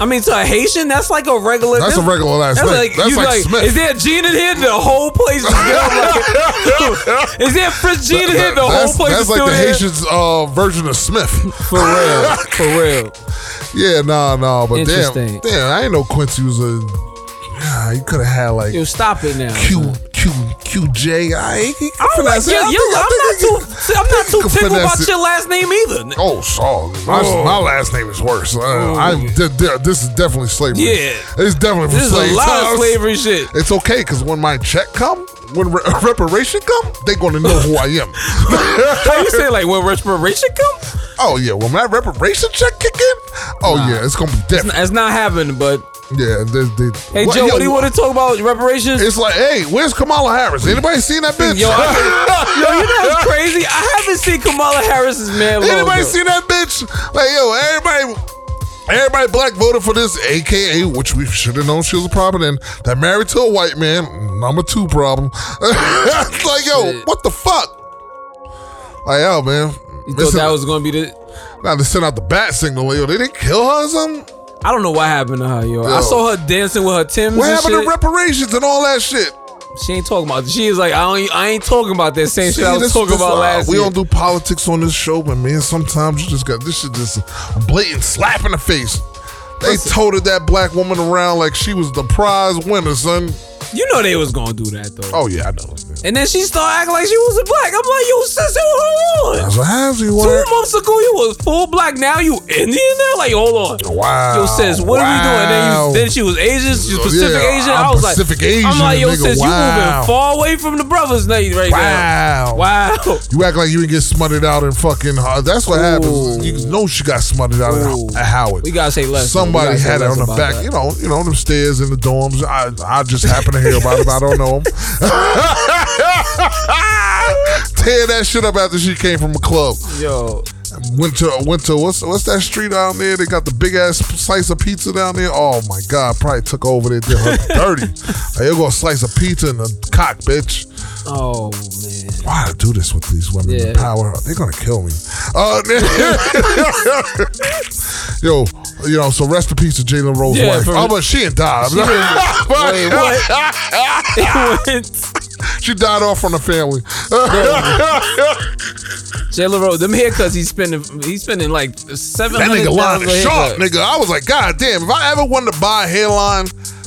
I mean, to a Haitian, that's like a regular.
that's a regular last
That's
name.
like,
that's
you
like,
like,
Smith.
is there a Gene in here? The whole place is like, Is there French Gene in here? The whole
that's
place
that's
is
like
still
the
here?
Haitian's uh, version of Smith.
For real. For real.
yeah, nah, nah, but damn,
Interesting.
damn, I ain't know Quincy was a. Nah, he could have had like
Yo, stop it now.
Q Q QJ. I ain't- he can
I don't like
pronounce it.
your,
I
your,
think- I think he
I'm, not
can-
too, I'm not
think
too
I
tickled
finesse
about
it.
your last name either.
Oh, Saul. My,
Oh.
my last name is worse. Uh, I'm d- d- this is definitely slavery.
Yeah.
it's definitely from
This is
slave
a lot
times.
of slavery shit.
It's okay because when my check come, when re- reparation come, they gonna know who I am.
How you say like when respiration come?
oh yeah, when that reparation check kick in, oh yeah, it's gonna be different.
That's not happening. But
yeah, they, they,
hey,
yo,
Joe, what do you want to talk about reparations?
It's like, hey, where's Kamala Harris? Anybody seen that bitch?
Yo, I- yo, you know that's crazy. I haven't seen Kamala Harris's man. logo.
Anybody seen that bitch? Like, yo, everybody. Everybody black voted for this, aka which we should have known she was a problem. And that married to a white man, number two problem. It's like, yo, what the fuck? Like, yo, man,
You thought
missing-
that was gonna be the.
now they sent out the bat signal. Yo, they didn't kill her or something.
I don't know what happened to her, yo.
Yo.
I saw her dancing with her Tim's.
What
and
happened
shit.
to reparations and all that shit?
she ain't talking about. She is like, I don't. e, I ain't talking about that same shit I
See,
was
this-
talking
this-
about
uh,
last
We
year.
don't do politics on this show, but man, sometimes you just got this shit just a blatant slap in the face. They toted that black woman around like she was the prize winner, son.
you know they was gonna do that though.
Oh yeah, I know.
And then she started acting like she was a black. I'm like, yo, sis, yo, hold on.
That's what happens. You
Two
were.
months ago, you was full black. Now you Indian now? Like, hold on.
Wow.
Yo, sis, what are we doing? And then,
wow.
you, then she was Asian. She was
Yeah,
Pacific Asian.
I'm
I was
Pacific
like,
Asian,
I'm like, yo,
nigga,
sis, you
wow.
moving far away from the brothers now right
Wow.
now. Wow.
You act like you didn't get smutted out in fucking. Uh, that's what happens. You know she got smutted out
Ooh.
at, at Howard.
We gotta say less, though. We
Somebody
gotta say
had it
less
on the
about
back.
that.
You know, you know them stairs in the dorms. I, I just happen to hear about it. I don't know them. Tear that shit up after she came from a club.
Yo,
Went to went to what's what's that street down there? They got the big ass slice of pizza down there. Oh my god! Probably took over there did her dirty. Like, you go a slice of pizza and a cock, bitch
oh man.
why I do this with these women? The
Yeah.
power, they're gonna kill me. Uh, yo, you know, so rest in peace to Jalen Oh, Rose's
Yeah,
wife.
for-
Oh, but she ain't died.
Wait, what?
she died off from the family.
Jay LaRoe, them haircuts he's spending, he's spending like seven
that
hundred.
nigga line is sharp, nigga. I was like, God damn! If I ever wanted to buy a hairline,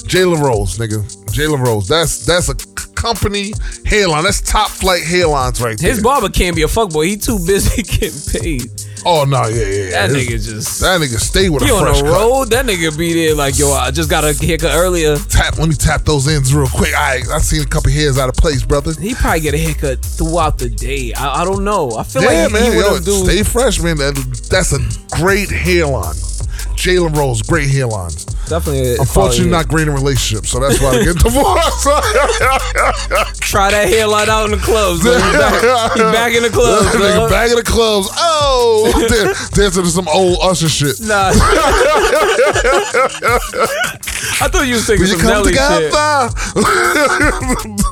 Jalen Rose, nigga, Jalen Rose. That's that's a c- company hairline. That's top flight hairlines right there.
His barber can't be a fuckboy. He too busy getting paid.
oh no, yeah, yeah. yeah.
That
His-
nigga just
That nigga stay with
he
a
on
fresh
the
cut.
road. That nigga be there like yo. I just got a haircut earlier.
Tap. Let me tap those ends real quick. I I seen a couple hairs out of place, brother.
He probably get a haircut throughout the day. I, I don't know. I feel
Yeah,
like he,
man.
he
yo,
would do.
stay fresh, man. That, that's a great hairline. Jalen Rose, great hairlines.
Definitely. a-
Unfortunately, not
probably-
great in relationships, so that's why they get divorced.
Try that hairline out in the clubs. man. He back, he back in the clubs.
Nigga,
dog.
back in the clubs. Oh, dan- dancing to some old Usher shit.
Nah. I thought you was singing
When you
some
come
Nelly shit.
together.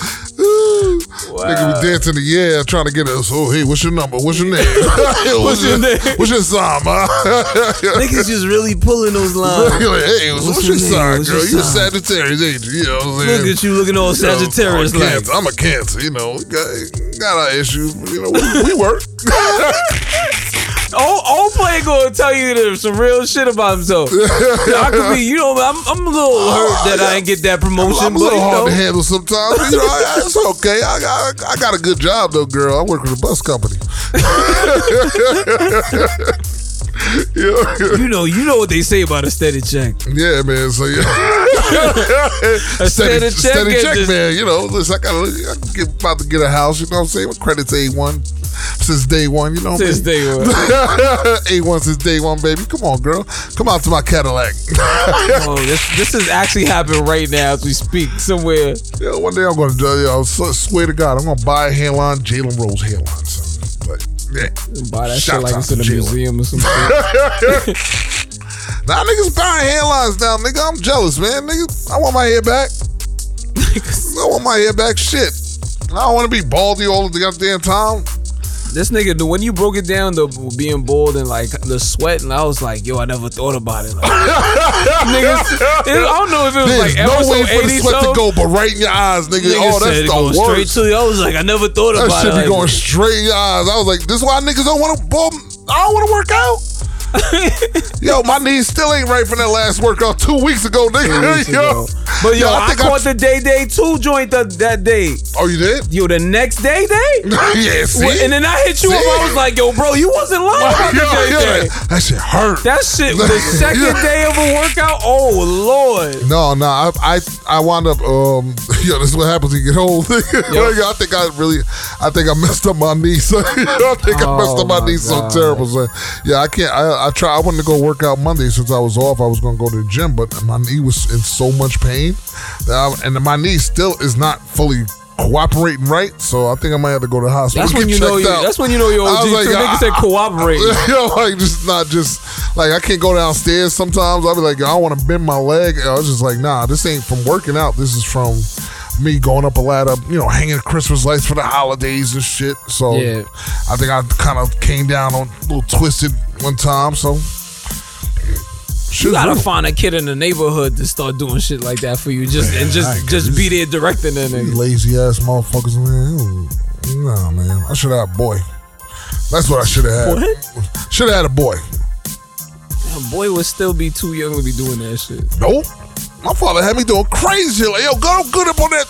Nigga be dancing the yeah, trying to get us. Oh, hey, what's your number? What's your name? what's
your name?
What's your sign, ma?
Niggas just really pulling those
Like,
lines.
hey, what's,
What's
your,
your name?
sign,
What's
girl?
your
you a
sign?
Sagittarius, ain't you? You know what I'm saying?
Look at you looking all
You know,
Sagittarius
I'm a
like.
cancer. I'm a cancer. You know, we got, got our issues. You know, we, we work.
Old, old player gonna tell you that some real shit about himself. I could be, you know, I'm, I'm a little hurt that I didn't get that promotion,
I'm a
but
little
you
hard
know,
to handle sometimes. You know, I, I- it's okay. I, I I got a good job though, girl. I work with a bus company. yeah,
you know, you know what they say about a steady check.
yeah, man. So yeah,
A steady, check,
steady
is
check,
just-
man. You know, listen, I gotta, I'm get, about to get a house. You know what I'm saying? My credit's a one since day one. You know, what I
Since
mean?
day one.
a one since day one, baby. Come on, girl. Come out to my Cadillac.
Oh, this this is actually happening right now as we speak somewhere.
Yeah, one day I'm gonna do. Yo, so, swear to God, I'm gonna buy a hairline, Jalen Rose hairline, son. But yeah,
Buy that
Shout
shit like
out
it's
to
in a
Jalen.
museum or something.
now niggas buying hairlines now, nigga. I'm jealous, man. Nigga, I want my hair back. I want my hair back. Shit, And I don't want to be baldy all the goddamn time.
this nigga, the- when you broke it down, the being bald and like the sweat, and I was like, yo, I never thought about it. Like, niggas, it- I don't know if it was
There's
like
no
episode
way for the
80
sweat to
something.
go, but right in your eyes, nigga.
Nigga
oh,
said it
that's
goes
the
straight
worst.
to you. I was like, I never thought
That
about
shit
it.
be
Like,
going straight in your eyes. I was like, this is why niggas don't want to. I don't want to work out. yo, my knees still ain't right from that last workout two weeks ago, nigga.
two weeks
yo.
ago. But yo, I,
think
caught the day day two joint the, that day.
Oh, you did?
Yo, the next day day.
yeah, see?
And then I hit you up. I was like, yo, bro, you wasn't lying about
Yo,
the
yeah,
day day.
That shit hurt.
That shit, the second
Yeah.
day of a workout. Oh lord.
no, no, I, I, I wound up. Um, yo, this is what happens when you get old. Yo, I think I really, I think I messed up my knee. Son. I think I messed
Oh,
up my
my
knee so
God.
terrible. Son. Yeah, I can't. I, I try. I wanted to go work out Monday since I was off. I was gonna go to the gym, but my knee was in so much pain, that I, and my knee still is not fully cooperating right. So I think I might have to go to the hospital.
That's
and
when
get
you know
checked
you.
out.
That's when you know your
I
OG.
was
Like,
like,
nigga said
I-
cooperate.
you know, like just not just like I can't go downstairs sometimes. I'll be like, I don't want to bend my leg. I was just like, nah, this ain't from working out. This is from me going up a ladder, you know, hanging Christmas lights for the holidays and shit. So
Yeah.
I think I kind of came down on a little twisted one time. So
You
shit,
gotta find a kid in the neighborhood to start doing shit like that for you. Just and just just be there directing that nigga.
lazy ass motherfuckers, man. Nah, man, I should have had a boy. That's what I should have had. Should have had a boy.
Damn, boy would still be too young to be doing that shit.
Nope. My father had me doing crazy. Like, yo, go get up on that.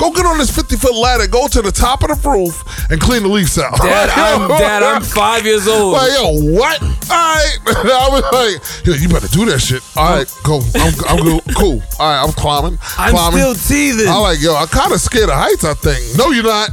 Go get on this 50 foot ladder. Go to the top of the roof and clean the leaves out.
Dad, I'm dad. I'm five years old.
Like, yo, what? All right. I was like, yo, you better do that shit. All right, go. I'm, I'm good. Cool. All right, I'm climbing.
I'm
climbing.
still teething.
I'm like, yo, I kind of scared of heights, I think. No, you're not.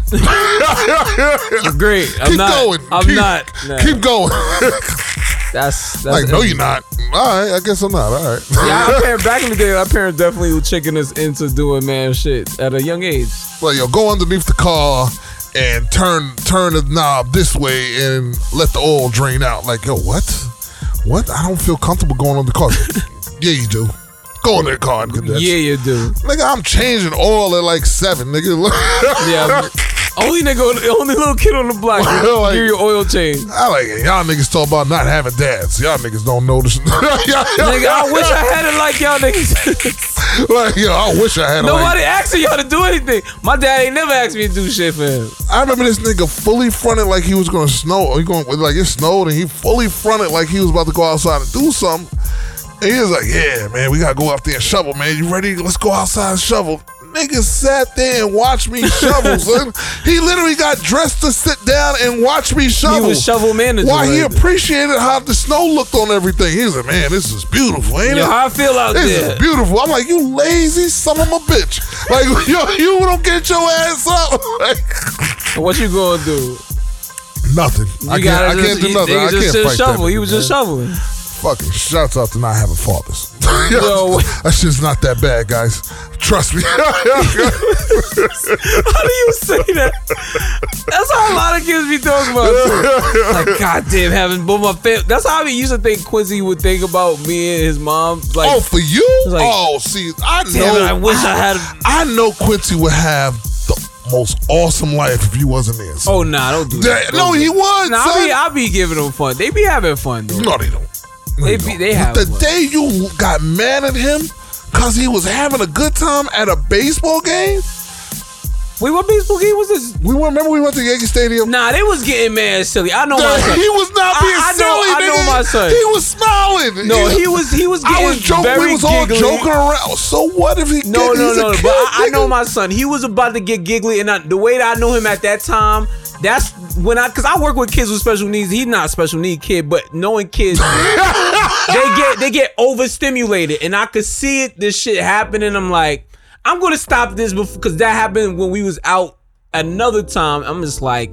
You're great. I'm
keep
not.
going.
I'm
keep,
not. Nah,
Keep going.
That's, that's
like, no, you're not. All right, I guess I'm not. All right.
Yeah, our parents, back in the day, our parents definitely were checking us into doing man shit at a young age.
Like yo, go underneath the car and turn turn the knob this way and let the oil drain out. Like yo, what? What? I don't feel comfortable going on the car. yeah, you do. Go in the car and get that.
Yeah,
shit.
you do.
Nigga, I'm changing oil at like seven, nigga.
Yeah. Only nigga, only little kid on the block.
Like-
Give your oil change.
I like it. Y'all niggas talk about not having dads. Y'all niggas don't notice.
Nigga, I wish I had it like y'all niggas.
Like, yo, I wish I had. a like,
Nobody asking y'all to do anything. My dad ain't never asked me to do shit for him.
I remember this nigga fully fronted like he was gonna snow. He going like it snowed, and he fully fronted like he was about to go outside and do something. And he was like, "Yeah, man, we gotta go out there and shovel, man. You ready? Let's go outside and shovel." Nigga sat there and watched me shovel, son. He literally got dressed to sit down and watch me shovel.
was shovel manager
Why he
right there.
appreciated how the snow looked on everything. He was like, "Man, this is beautiful, ain't
Yo,
it?"
how I feel out
This
there.
is beautiful. I'm like, you lazy son of a bitch. Like, yo, you don't get your ass up. Like,
What you gonna do?
nothing.
You
I can't, I
just-
can't do
you-
nothing.
nigga
I
just
can't
sit and
fight
shovel.
that.
He was
nigga,
just
man.
shoveling.
Fucking shouts out to not having fathers.
Yo.
That's just not that bad, guys. Trust me.
How do you say that? That's how a lot of kids be talking about. too. Like, goddamn, having both my fam- That's how I used to think Quincy would think about me and his mom. Like,
oh, for you?
like,
oh, see, I know.
damn, I wish I had.
I know Quincy would have the most awesome life if you wasn't there. son.
Oh nah, don't do
That-
that.
no, he would.
Nah,
son.
I be, I be giving them fun. They be having fun though.
No, they don't. No,
They be-
don't.
they
But
have
the
one.
day you got mad at him because he was having a good time at a baseball game.
Wait, what baseball game was this?
We went- remember we went to Yankee Stadium.
Nah, they was getting mad silly. I know my
That-
son.
he was not
I-
being
I know-
silly.
I know
nigga.
my son.
He was smiling.
No, he was he was getting
I was joking.
very
We was all
giggly.
joking around. So what if he?
No,
get,
no,
he's
no.
A
But
kid,
I, I know
nigga.
my son. He was about to get giggly, and I, the way that I know him at that time, that's when I, cause I work with kids with special needs. He's not a special need kid, but knowing kids, they get they get overstimulated, and I could see it. This shit happening. I'm like, I'm gonna stop this because that happened when we was out another time. I'm just like.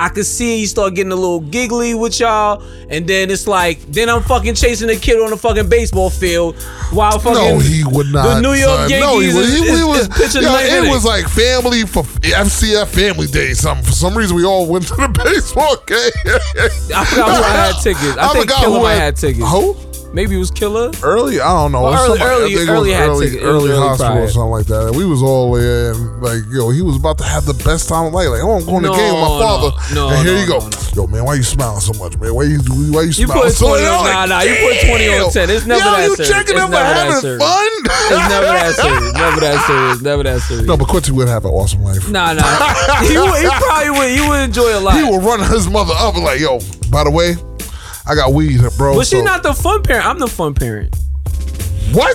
I could see you start getting a little giggly with y'all, and then it's like, then I'm fucking chasing a kid on a fucking baseball field while fucking
No, he would not.
the New York
son.
Yankees
No, he,
is,
would- he,
is-
would-
is pitching
yo,
ninth
It
inning.
was like family for FCF Family Day. Something for some reason we all went to the baseball game.
I forgot who I had tickets. I, think
forgot
Killer
who
might had tickets.
Who?
Maybe it was Killer.
Early? I don't know.
Well, early-
Somebody- I
early-
think it
early
was
had
early,
ticket. It was
early
early
hospital or
prior.
something like that. And we was all there, and like, yo, he was about to have the best time of life. Like, oh, I'm going to
No,
game with my
no,
father.
no,
and here
no,
you go,
no,
yo, man, why you smiling so much, man? Why you why you
You
smiling
put
so
20
much?
on-
I'm
nah,
like,
nah, you put 20 on
damn.
10. It's never
yo, you
that serious.
checking
It's
him for
never that
having
serious.
fun?
It's never that serious. Never that serious. Never that serious.
No, but Quincy would have an awesome life.
Nah, nah. he, would, he probably would. He would enjoy a lot.
He would run his mother up and like, yo, by the way, I got weed, bro.
but she's
so-
not the fun parent. I'm the fun parent.
What?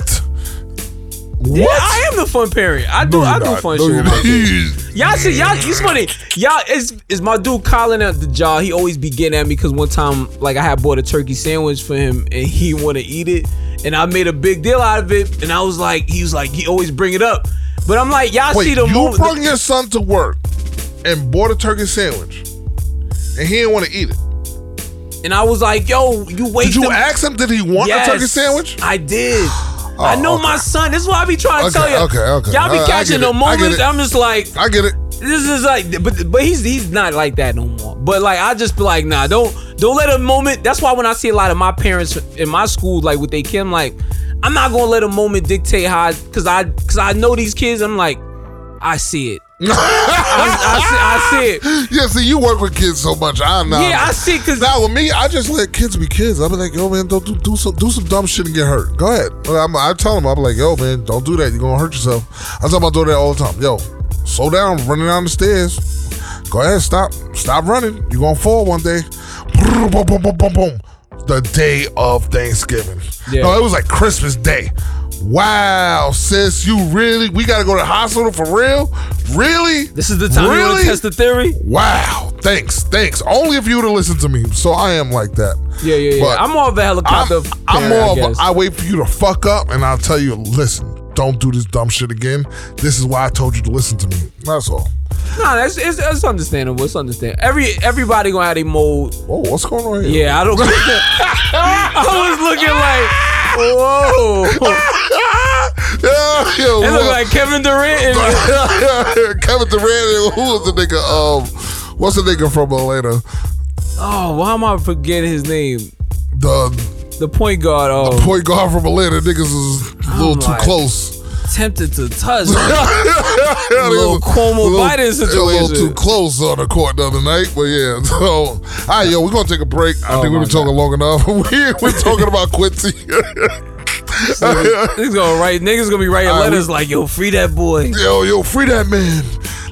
What?
Yeah, I am the fun parent. I do.
No,
I
you're
do
not.
fun
No,
shit.
you're
with my
not.
kids. Y'all see, y'all, it's funny. Y'all, it's, it's my dude Colin at the job. He always be getting at me because one time, like, I had bought a turkey sandwich for him and he want to eat it. And I made a big deal out of it. And I was like, he was like, he always bring it up. But I'm like, y'all
Wait,
see the
you
moment.
brought your son to work and bought a turkey sandwich, and he didn't want to eat it.
and I was like, yo, you wait.
Did you ask him? Did he want a turkey sandwich? Oh,
I did. I know
okay.
my son. This is why I be trying to
Okay,
tell you.
okay, okay.
Y'all be
All right, I
catching
get
the
it. I get
moments.
it.
I'm just like,
I get it.
This is like, but but he's he's not like that no more. But like, I just be like, nah, don't don't let a moment. That's why when I see a lot of my parents in my school, like with they kid, I'm like, I'm not gonna let a moment dictate how, I- cause I cause I know these kids. I'm like, I see it. I, I see, I see it.
Yeah, see, you work with kids so much. Ah, I know.
Yeah, I see it. Cause
Now with me, I just let kids be kids. i be like, yo man, don't do, do some do some dumb shit and get hurt. Go ahead. I'm, I tell them, I'm like, yo man, don't do that. You're gonna hurt yourself. I tell my daughter that all the time. Yo, slow down, running down the stairs. Go ahead, stop, stop running. You're gonna fall one day. Boom, boom, boom, boom, boom, boom. The day of Thanksgiving.
Yeah.
No, it was like Christmas Day. Wow, sis, you really? We gotta go to the hospital for real? Really?
this is the time you want
Really?
to test the theory.
Wow. Thanks. Thanks. Only if you would have listened to me. So I am like that.
Yeah, yeah, yeah.
But
I'm more of a
I'm,
helicopter.
I'm
parent, I
more of
guess.
a, I wait for you to fuck up and I'll tell you, listen, don't do this dumb shit again. This is why I told you to listen to me. That's all.
Nah, that's it's, it's understandable. It's understandable. Every everybody gonna have a mold
Whoa, Oh, what's going on here?
Yeah, I don't. I was looking like, whoa.
yeah, yeah.
It
who-
looked like Kevin Durant. And,
Kevin Durant and who was the nigga? Um what's the nigga from Atlanta?
oh, why am I forgetting his name?
The
The point guard. Oh,
point guard from Atlanta niggas is a little
I'm
too
like-
close.
tempted to touch. little Cuomo
little-
Biden
A little
situation.
too close on the court the other night, but yeah. So, all right, yo, we're gonna take a break. I think we've
Oh my
been talking long enough. we, we're talking about Quincy.
Niggas gonna write. Niggas gonna be writing
All right,
letters like, "Yo, free that boy."
yo, yo, free that man.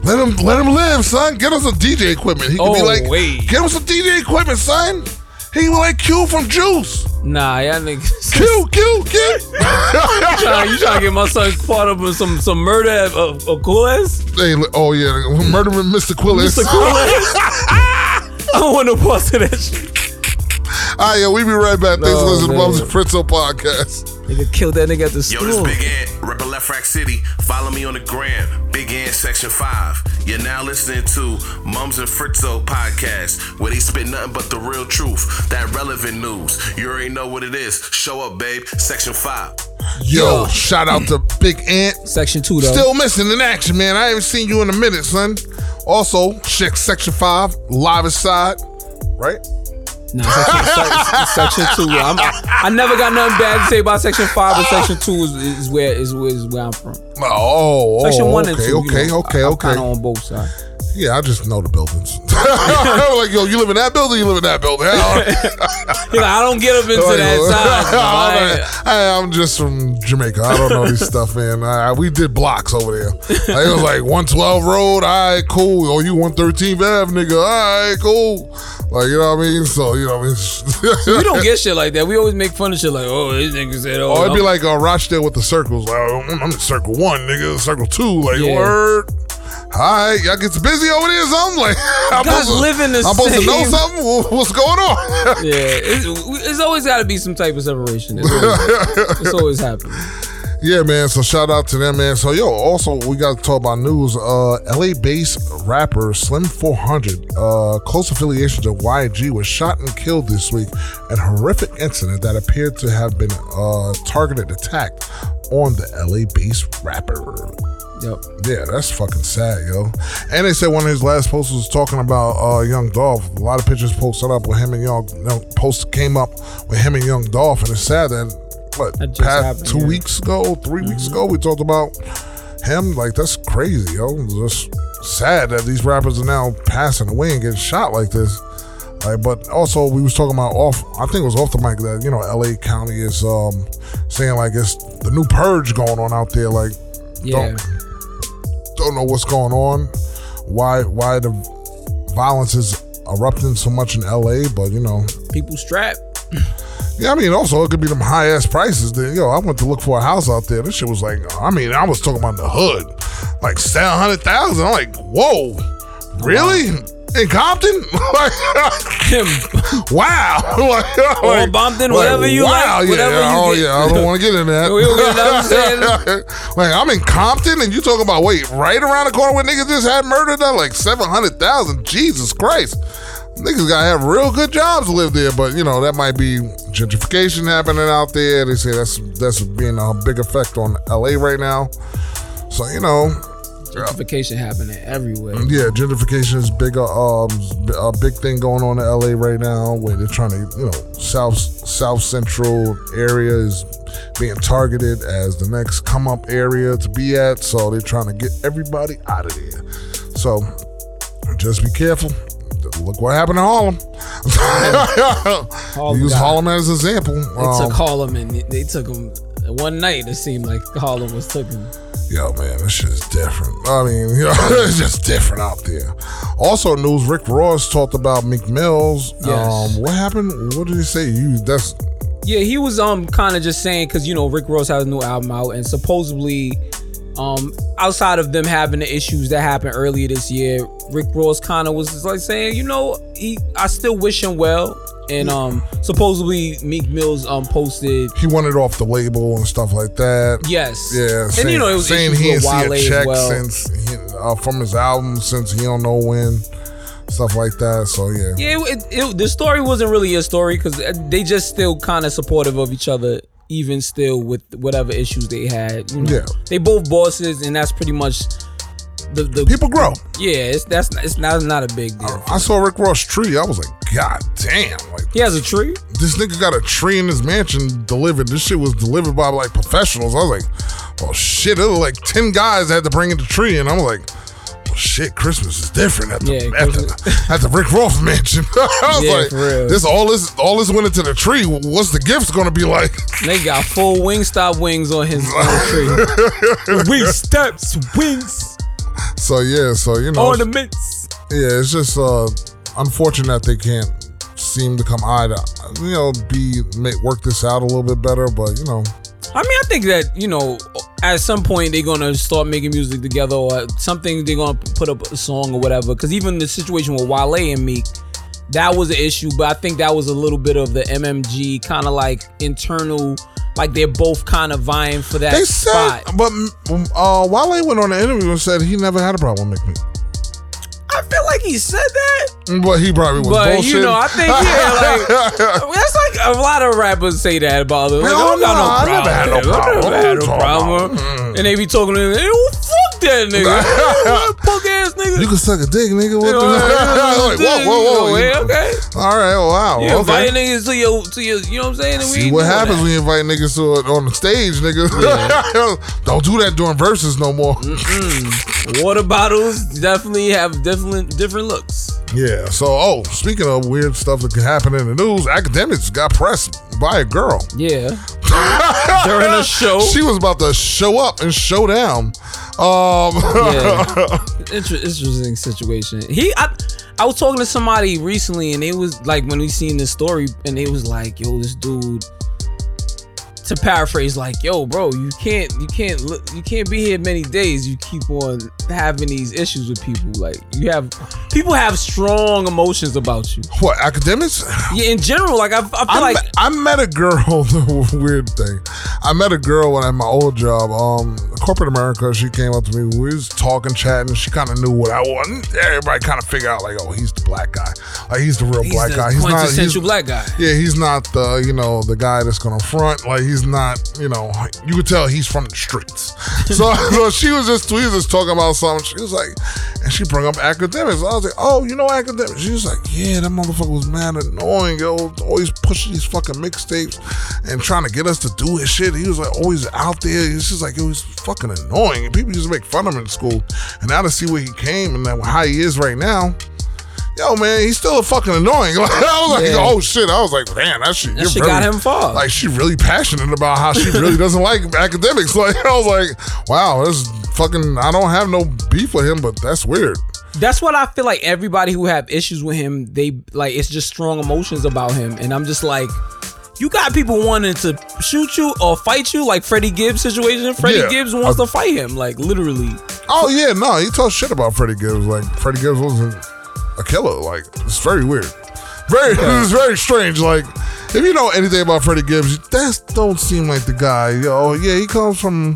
Let him, let him live, son. Get us some DJ equipment. He can be
Oh,
like,
wait.
get him some DJ equipment, son. He can be like Q from Juice.
Nah, y'all niggas.
Q, Q, Q.
Nah, you trying to get my son caught up in some some murder of, of, of course?
Hey, li- oh yeah, murdering Mr. Quillis.
Mr. Coolest? I don't want no parts of that shit.
All right, yo, we be right back. Thanks for
No,
listening to
Oh, man.
Bums and Fritzo podcast.
Nigga killed that nigga at the
Yo, this
store.
Big Ant, reppin' Left Rack City. Follow me on the gram, Big Ant Section 5. You're now listening to Mums and Fritzo podcast, where they spit nothing but the real truth, that relevant news. You already know what it is. Show up, babe. Section 5.
Yo, shout out to Big Ant.
Section two though.
Still missing in action, man. I haven't seen you in a minute, son. Also, check Section 5, live aside, right?
Nah, section, section two. I'm, I never got nothing bad to say about section five, but section two is, is where is where is where I'm from.
Oh, oh
Section one
okay,
and two. you
okay,
know,
okay,
I- I'm
okay.
Kind of on both sides.
Yeah, I just know the buildings. like, yo, you live in that building, you live in that building.
You're like, I don't get up into that side.
I'm
bro. I-
like, I, am just from Jamaica. I don't know this stuff, man. I, we did blocks over there. Like, it was like 112 Road. All right, cool. Oh, you 113th Ave, nigga. All right, cool. Like, you know what I mean? So, you know what I mean?
we don't get shit like that. We always make fun of shit like, oh, this nigga said, oh,
Oh, it'd be
I'm-
like uh, Rochdale with the circles. Like, oh, I'm, I'm in circle one, nigga. Circle two, like
Yeah.
word. All right, y'all gets busy over there. So I'm like, I'm
guys
supposed to-
live in the
I'm supposed to know
same-
something. Wha- What's going on?
yeah, it's, it's always got to be some type of separation. It's always, it's always happening.
yeah, man. So shout out to them, man. So yo, also we got to talk about news. Uh, LA-based rapper Slim 400, uh, close affiliation to YG, was shot and killed this week in a horrific incident that appeared to have been uh, targeted attack on the LA-based rapper.
Yep.
Yeah, that's fucking sad, yo. And they said one of his last posts was talking about uh, Young Dolph. A lot of pictures posted up with him and Young. No, posts came up with him and Young Dolph, and it's sad that what
That just
past
happened,
two
yeah. Mm-hmm.
weeks ago, 3 weeks ago, we talked about him. Like that's crazy, yo. It's Just sad that these rappers are now passing away and getting shot like this. Like, but also we was talking about off. I think it was off the mic that you know L.A. County is um, saying like it's the new purge going on out there. Like
Yeah.
Don't- don't know what's going on, why why the violence is erupting so much in LA, but you know,
People strapped.
yeah, I mean, also it could be them high ass prices. That, yo, I went to look for a house out there. This shit was like, I mean, I was talking about the hood, like seven hundred thousand. I'm like, whoa, really? In Compton? Like,
Him.
wow. like,
Or Bompton, whatever you like, whatever
yeah,
you
oh
get.
yeah, I don't want to get in that.
We don't get- know what I'm saying?
like I'm in Compton, and you talking about wait, right around the corner where niggas just had murdered that like seven hundred thousand. Jesus Christ, niggas gotta have real good jobs to live there. But you know that might be gentrification happening out there. They say that's that's being a big effect on LA right now. So you know,
Gentrification happening everywhere.
yeah, gentrification is big. uh, Um, a big thing going on in LA right now, where they're trying to, you know, south south central area is being targeted as the next come up area to be at. So they're trying to get everybody out of there. So just be careful. Look what happened to Harlem. Use
got-
Harlem as an example.
They took
Um,
Harlem and they- they took him one night. It seemed like Harlem was taken.
Yo, man, this shit is different. I mean, you know, it's just different out there. Also, news: Rick Ross talked about Meek Mills. Um,
Yes.
what happened? What did he say? You that's
Yeah, he was um kind of just saying because you know Rick Ross has a new album out and supposedly, um outside of them having the issues that happened earlier this year, Rick Ross kind of was just like saying you know he I still wish him well and um supposedly Meek Mills um posted
he wanted off the label and stuff like that.
yes
Yeah,
and
saying,
you know it was
saying
issues
he
with
didn't see
Wale
a
as
check
well.
since he, uh, from his album since he don't know when, stuff like that. So yeah,
Yeah, it, it, the story wasn't really a story because they just still kind of supportive of each other, even still with whatever issues they had. You know,
Yeah.
they both bosses, and that's pretty much the, the
People Oh. grow.
yeah, it's that's it's not it's not a big deal.
I saw Rick Ross tree. I was like, God damn! Like
He has a tree.
this nigga got a tree in his mansion delivered. This shit was delivered by like professionals. I was like, oh shit! It was like ten guys that had to bring in the tree, and I'm like. well, Shit, Christmas is different at the,
Yeah,
at, the, at the Rick Ross mansion. I was
Yeah,
like,
for real.
this all this all this went into the tree. What's the gift gonna be like?
They got full Wingstop wings on his on the tree. Wingstop wings
So yeah, so you
Oh,
know,
ornaments.
yeah, it's just uh, unfortunate that they can't seem to come eye to you know be make, work this out a little bit better. But you know,
I mean, I think that you know, at some point they're gonna start making music together, or something they're gonna put up a song or whatever. Because even the situation with Wale and Meek, that was an issue, but I think that was a little bit of the MMG kind of like internal, like they're both kind of vying for that
They said,
spot.
but mm, uh, Wale went on an interview and said he never had a problem with Meek.
I feel like he said that,
But he probably was
but
bullshit.
you know, I think yeah, like that's like a lot of rappers say that about other. Like,
Hell
I don't got
nah, I never had no Mm.
no
problem.
problem. I never had
What
no
you
problem.
talking about?
And they be talking to me, hey, well, fuck that nigga, punk ass nigga.
you can suck a dick, nigga. What
You
the?
know,
like, whoa, whoa, whoa!
yeah,
You-
okay.
All right, oh, wow.
You
okay.
invite niggas to your, to your, you know what I'm saying? And we
See
ain't
what
doing
happens
that.
when you invite niggas to it on the stage, nigga. Don't do that during verses no more.
Mm. Water bottles definitely have different different looks.
Yeah. So, oh, speaking of weird stuff that could happen in the news, academics got pressed by a girl.
Yeah. During a show.
She was about to show up and show down. Um,
Yeah. Inter- interesting situation. He, I, I was talking to somebody recently, and it was like when we seen this story, and it was like, yo, this dude. To paraphrase, like, yo, bro, you can't, you can't, look, you can't be here many days. You keep on having these issues with people. Like, you have people have strong emotions about you.
what academics?
Yeah, in general, like I, I feel
I,
like
met, I met a girl. The weird thing, I met a girl when at my old job, um, corporate America. She came up to me. We was talking, chatting. She kind of knew what I was. Everybody kind of figured out, like, oh, he's the black guy. Like, he's the real
he's
black
the
guy. He's not. He's,
quintessential black guy.
yeah, he's not the you know the guy that's gonna front. Like, he's not. You know, you could tell he's from the streets. So, so she was just we was just talking about something. She was like, and she brought up academics. I was like, oh, you know academics. She was like, yeah, that motherfucker was mad annoying, yo. Always pushing these fucking mixtapes and trying to get us to do his shit. He was like always out there. It's just like it was fucking annoying. And people used to make fun of him in school. And now to see where he came and now how he is right now. Yo, man, he's still fucking annoying. Like, I was like,
Yeah.
oh shit. I was like, man, that shit. you're
shit
very-
got him far.
Like, she really passionate about how she really doesn't like academics. Like, I was like, wow, this fucking. I don't have no beef with him, but that's weird.
That's what I feel like. Everybody who have issues with him, they like it's just strong emotions about him, and I'm just like, you got people wanting to shoot you or fight you, like Freddie Gibbs situation. Freddie
Yeah.
Gibbs wants
Uh,
to fight him, like literally.
Oh yeah, no, he talks shit about Freddie Gibbs. Like Freddie Gibbs wasn't a killer. Like it's very weird. Very it's very strange. Like if you know anything about Freddie Gibbs, that don't seem like the guy. Yo, yeah, he comes from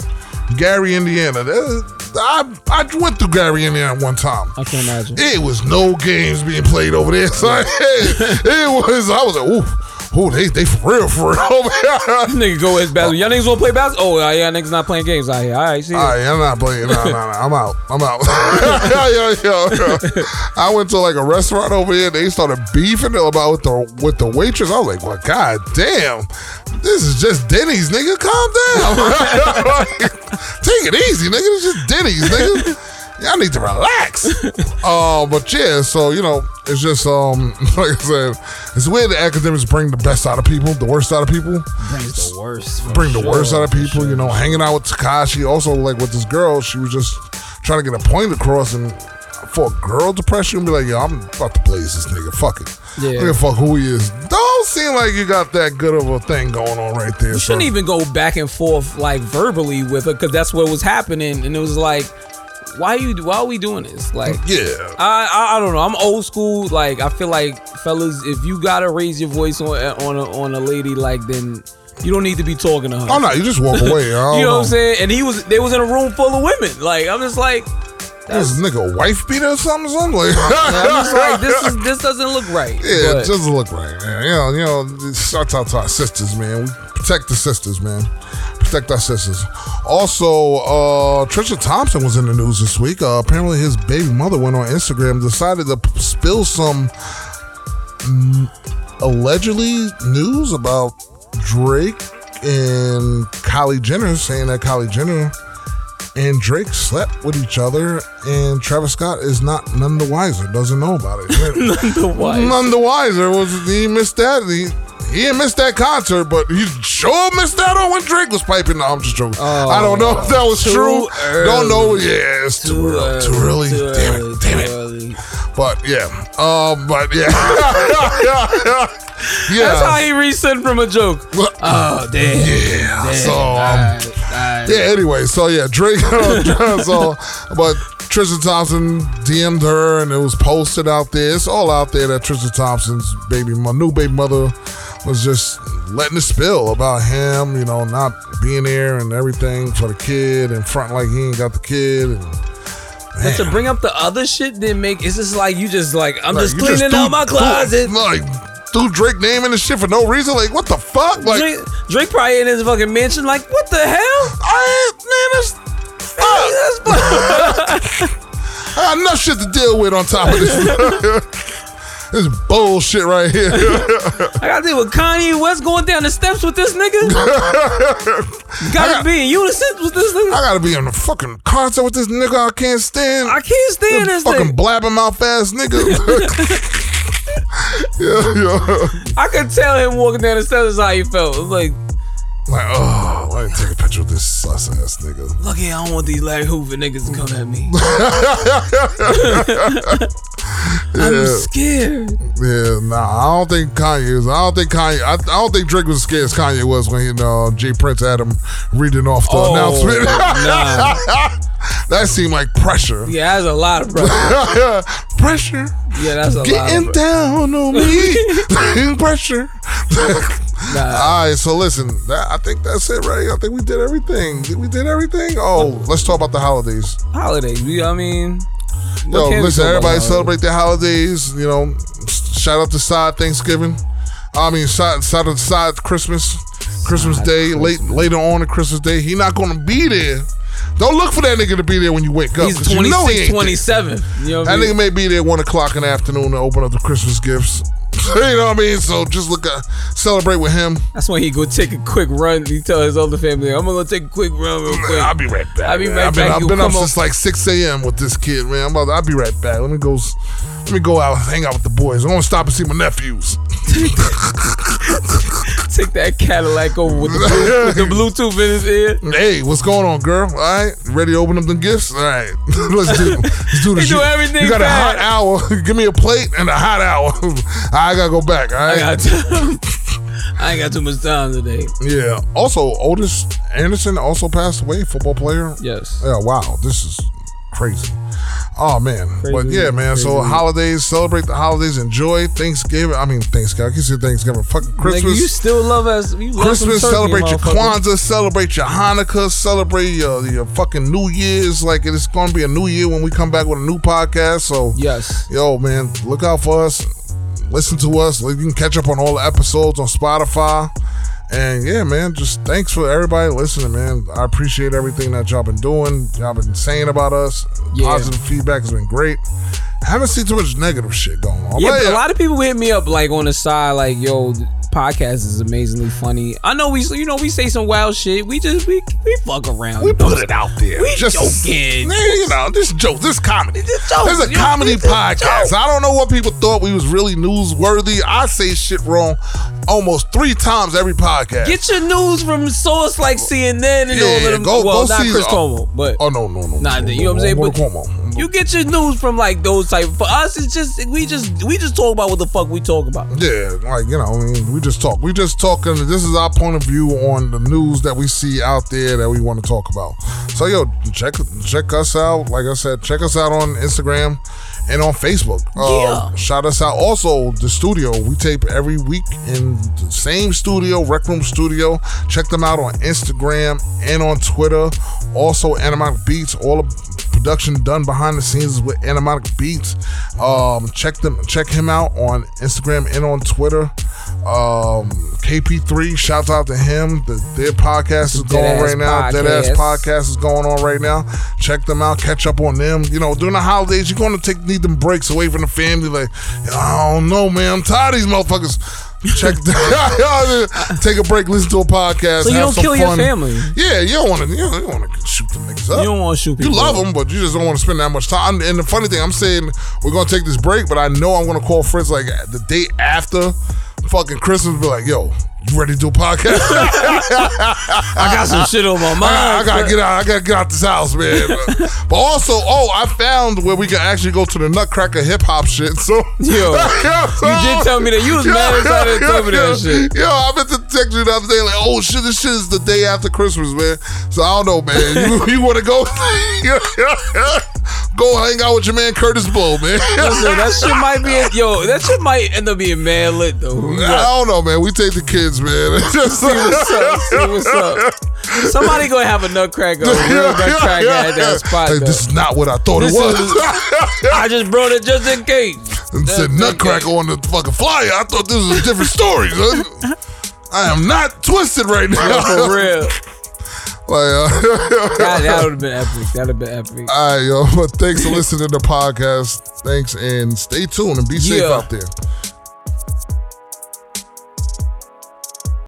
Gary, Indiana. That- I I went through Gary, Indiana one time.
I can imagine.
It was no games being played over there. son. it was. I was like, ooh, ooh, they they for real, for real. All
Nigga go his basketball. Y'all niggas wanna play basketball? Oh yeah, niggas not playing games out here. All right, see. ya.
right, I'm not playing. No, no, no. I'm out. I'm out. yeah, yeah, yeah, yeah. I went to like a restaurant over here. They started beefing about with the with the waitress. I was like, well, god damn, this is just Denny's, nigga. Calm down. Take it easy, nigga. It's just Denny's, nigga. Y'all need to relax. Uh, but yeah, so you know, it's just um, like I said, it's weird that academics bring the best out of people, the worst out of people
Brings the worst. for
bring the
sure.
worst out of people. You know, hanging out with Takashi. Also, like with this girl, she was just trying to get a point across, and for a girl depression, be like, yo, I'm about to blaze this nigga. Fuck it.
Yeah.
Yeah. fuck who he is. Don't seem like you got that good of a thing going on right there.
You shouldn't even go back and forth like verbally with her because that's what was happening, and it was like, why you? Why are we doing this? Like,
Yeah.
I, I I don't know. I'm old school. Like I feel like fellas, if you gotta raise your voice on on a, on a lady, like then you don't need to be talking to her.
Oh no, you just walk away. I don't
you know, what I'm saying? And he was they was in a room full of women. Like I'm just like
This nigga a wife beater or something? something? Like,
I'm just like this is this doesn't look right.
Yeah,
But
it doesn't look right, man. You know, you know, shouts out to our sisters, man. We protect the sisters, man. protect our sisters. Also, uh, Trisha Thompson was in the news this week. Uh, apparently, his baby mother went on Instagram, decided to p- spill some mm, allegedly news about Drake and Kylie Jenner, saying that Kylie Jenner and Drake slept with each other, and Travis Scott is not none the wiser, doesn't know about it.
The wife.
None the wiser was he missed that. He, he didn't miss that concert, but he sure missed out on when Drake was piping. No, I'm just joking. I don't know if that was
Oh, too
true. Don't know.
early.
Yeah, it's too, early. Too early.
Too
damn
early,
it. Damn
too
it.
early.
But yeah. Um. But yeah. yeah. Yeah.
That's how he reset from a joke. Oh, damn.
Yeah.
damn.
So, um,
All right, all right.
Yeah, anyway, so yeah, Drake. so, but Trisha Thompson DM'd her and it was posted out there. It's all out there that Trisha Thompson's baby, my new baby mother, was just letting it spill about him, you know, not being there and everything for the kid and fronting like he ain't got the kid. And,
But to bring up the other shit didn't make it's just like you just like I'm
like,
just
you
cleaning
threw-
out my
threw-
closet.
Like, threw Drake name in the shit for no reason. Like, what the fuck? Like,
Drake, Drake probably in his fucking mansion, like, what the hell?
I ain't, man, that's
That's fu-
I got enough shit to deal with on top of this. this bullshit right here.
I gotta deal with Kanye West going down the steps with this nigga. gotta be in unison with this
I
nigga.
gotta be on a fucking concert with this nigga I can't stand.
I can't stand this
fucking
thing.
blab him out fast nigga. yeah, yeah.
I could tell him walking down the steps is how he felt. It was like,
Like, oh, I didn't take a picture with this sus ass nigga.
lucky I don't want these Larry Hoover niggas to come at me. I'm scared.
Yeah, nah, I don't think Kanye is. I don't think Kanye. I, I don't think Drake was as scared as Kanye was when he, uh, Jay Prince had him reading off the
Oh,
announcement.
nah.
that seemed like pressure.
Yeah, that's a lot of pressure.
pressure.
Yeah, that's a lot of
Getting
pressure.
down on me. pressure.
Nah.
All right, so listen, that, I think that's it, right? I think we did everything. We did everything. Oh, let's talk about the holidays.
Holidays, you know what I mean?
Yo,
can we
listen,
talk
everybody
about holidays?
celebrate their holidays. You know, s- shout out to side Thanksgiving. I mean, side side of side Christmas, Christmas Day, late later on to Christmas Day. He not gonna be there. Don't look for that nigga to be there when you wake up.
He's
'cause you know he ain't
26,
there.
27. You know what I
That
mean?
nigga may be there one o'clock in the afternoon to open up the Christmas gifts. you know what I mean? So just look, at, celebrate with him.
That's when he go take a quick run. He tell his other family, "I'm gonna go take a quick run real quick."
I'll be right back.
I'll be
man.
right
I've been,
back.
I've
You
been up
come
since like 6 a.m. with this kid, man. I'm about to, I'll be right back. Let me go. s- Let me go out, hang out with the boys. I'm gonna stop and see my nephews.
Take that Cadillac over with the, blue, with the Bluetooth in his ear.
Hey, what's going on, girl? All right, ready to open up them gifts? All right, let's do. Let's do this.
do
You-
everything
You got
fast.
a hot hour. Give me a plate and a hot hour. I gotta go back. All
I
right.
got, time. I ain't got too much time today.
yeah. Also, Otis Anderson also passed away. Football player.
Yes.
Yeah, wow, this is crazy. Oh man, but
Crazy,
yeah, man. So
crazy.
holidays, celebrate the holidays, enjoy Thanksgiving. I mean Thanksgiving. I can say Thanksgiving. Fucking
Nigga, you
Christmas.
still love us. You love
Christmas,
some turkey,
celebrate your
motherfucker.
Kwanzaa, celebrate your Hanukkah, celebrate your, your fucking New Year's. Like it's gonna be a new year when we come back with a new podcast. So
Yes.
yo, man, look out for us. Listen to us. You can catch up on all the episodes on Spotify. And yeah, man, just thanks for everybody listening, man. I appreciate everything that y'all been doing. Y'all been saying about us.
Yeah.
Positive feedback has been great. haven't seen too much negative shit going on.
Yeah,
But
but a lot of people hit me up like on the side, like, "Yo, the podcast is amazingly funny." I know we, you know, we say some wild shit. We just we we fuck around.
we put it out there.
We joking.
Man, you know, this joke, this comedy.
It's a joke,
This is a
you know,
comedy
it's a
podcast.
joke.
I don't know what people thought we was really newsworthy. I say shit wrong almost three times every podcast.
Get your news from source like CNN and
Yeah,
all of them.
go-
well,
go
not
see-
Chris
uh,
Cuomo, but
Oh no, no, no.
Nah,
no,
you
no,
know what I'm saying?
What
But you get your news from like those type. For us, it's just we just we just talk about what the fuck we talk about.
yeah, like you know, I mean, we just talk. We just talking. This is our point of view on the news that we see out there that we want to talk about. So yo, check check us out. Like I said, check us out on Instagram and on Facebook. Uh,
Yeah.
Shout us out. Also, the studio we tape every week in the same studio, Rec Room Studio. Check them out on Instagram and on Twitter. Also, Animatic Beats. All the production done behind the scenes with Animatic Beats. Um, check them, check him out on Instagram and on Twitter. Um, KP3, shouts out to him. The, their podcast is going
Deadass
right now. Dead Ass
Podcast.
Podcast is going on right now. Check them out. Catch up on them. You know, during the holidays, you're going to take need them breaks away from the family. Like, I don't know, man. I'm tired of these motherfuckers. Check. take a break. Listen to a podcast.
So you
have
don't
some
kill your
fun.
family?
Yeah, you don't want to. You don't want to shoot them niggas up.
You don't wanna shoot
You
people
love
up.
them, but you just don't want to spend that much time. And the funny thing, I'm saying we're gonna take this break, but I know I'm gonna call Fritz like the day after fucking Christmas. Be like, yo, you ready to do a podcast?
I got some shit on my mind.
I, I gotta get out. I gotta get out this house, man. but also, oh, I found where we can actually go to the Nutcracker hip hop shit. So
Yo, you did tell me that. You was mad as hell that you told me that shit.
Yo, I meant to text you the other day, like, oh shit, this shit is the day after Christmas, man. So I don't know, man. You, you want to go? go hang out with your man Curtis Blow, man.
Listen, that shit might be yo. That shit might end up being mad lit though.
I don't know, man. We take the kids, man. Just
See what's up. See what's up. Somebody gonna have a nutcracker, a real nutcracker at that spot.
Like,
though.
this is not what I thought
This
it was.
is- I just brought it just in case.
and said
That's
Nutcracker on the fucking flyer. I thought this was a different story. son. I am not twisted right
Yo,
now.
for real.
like, uh,
That, that would have been epic. That would have been epic.
All right, yo. But thanks for listening to the podcast. Thanks and stay tuned and be safe
Yeah.
out there.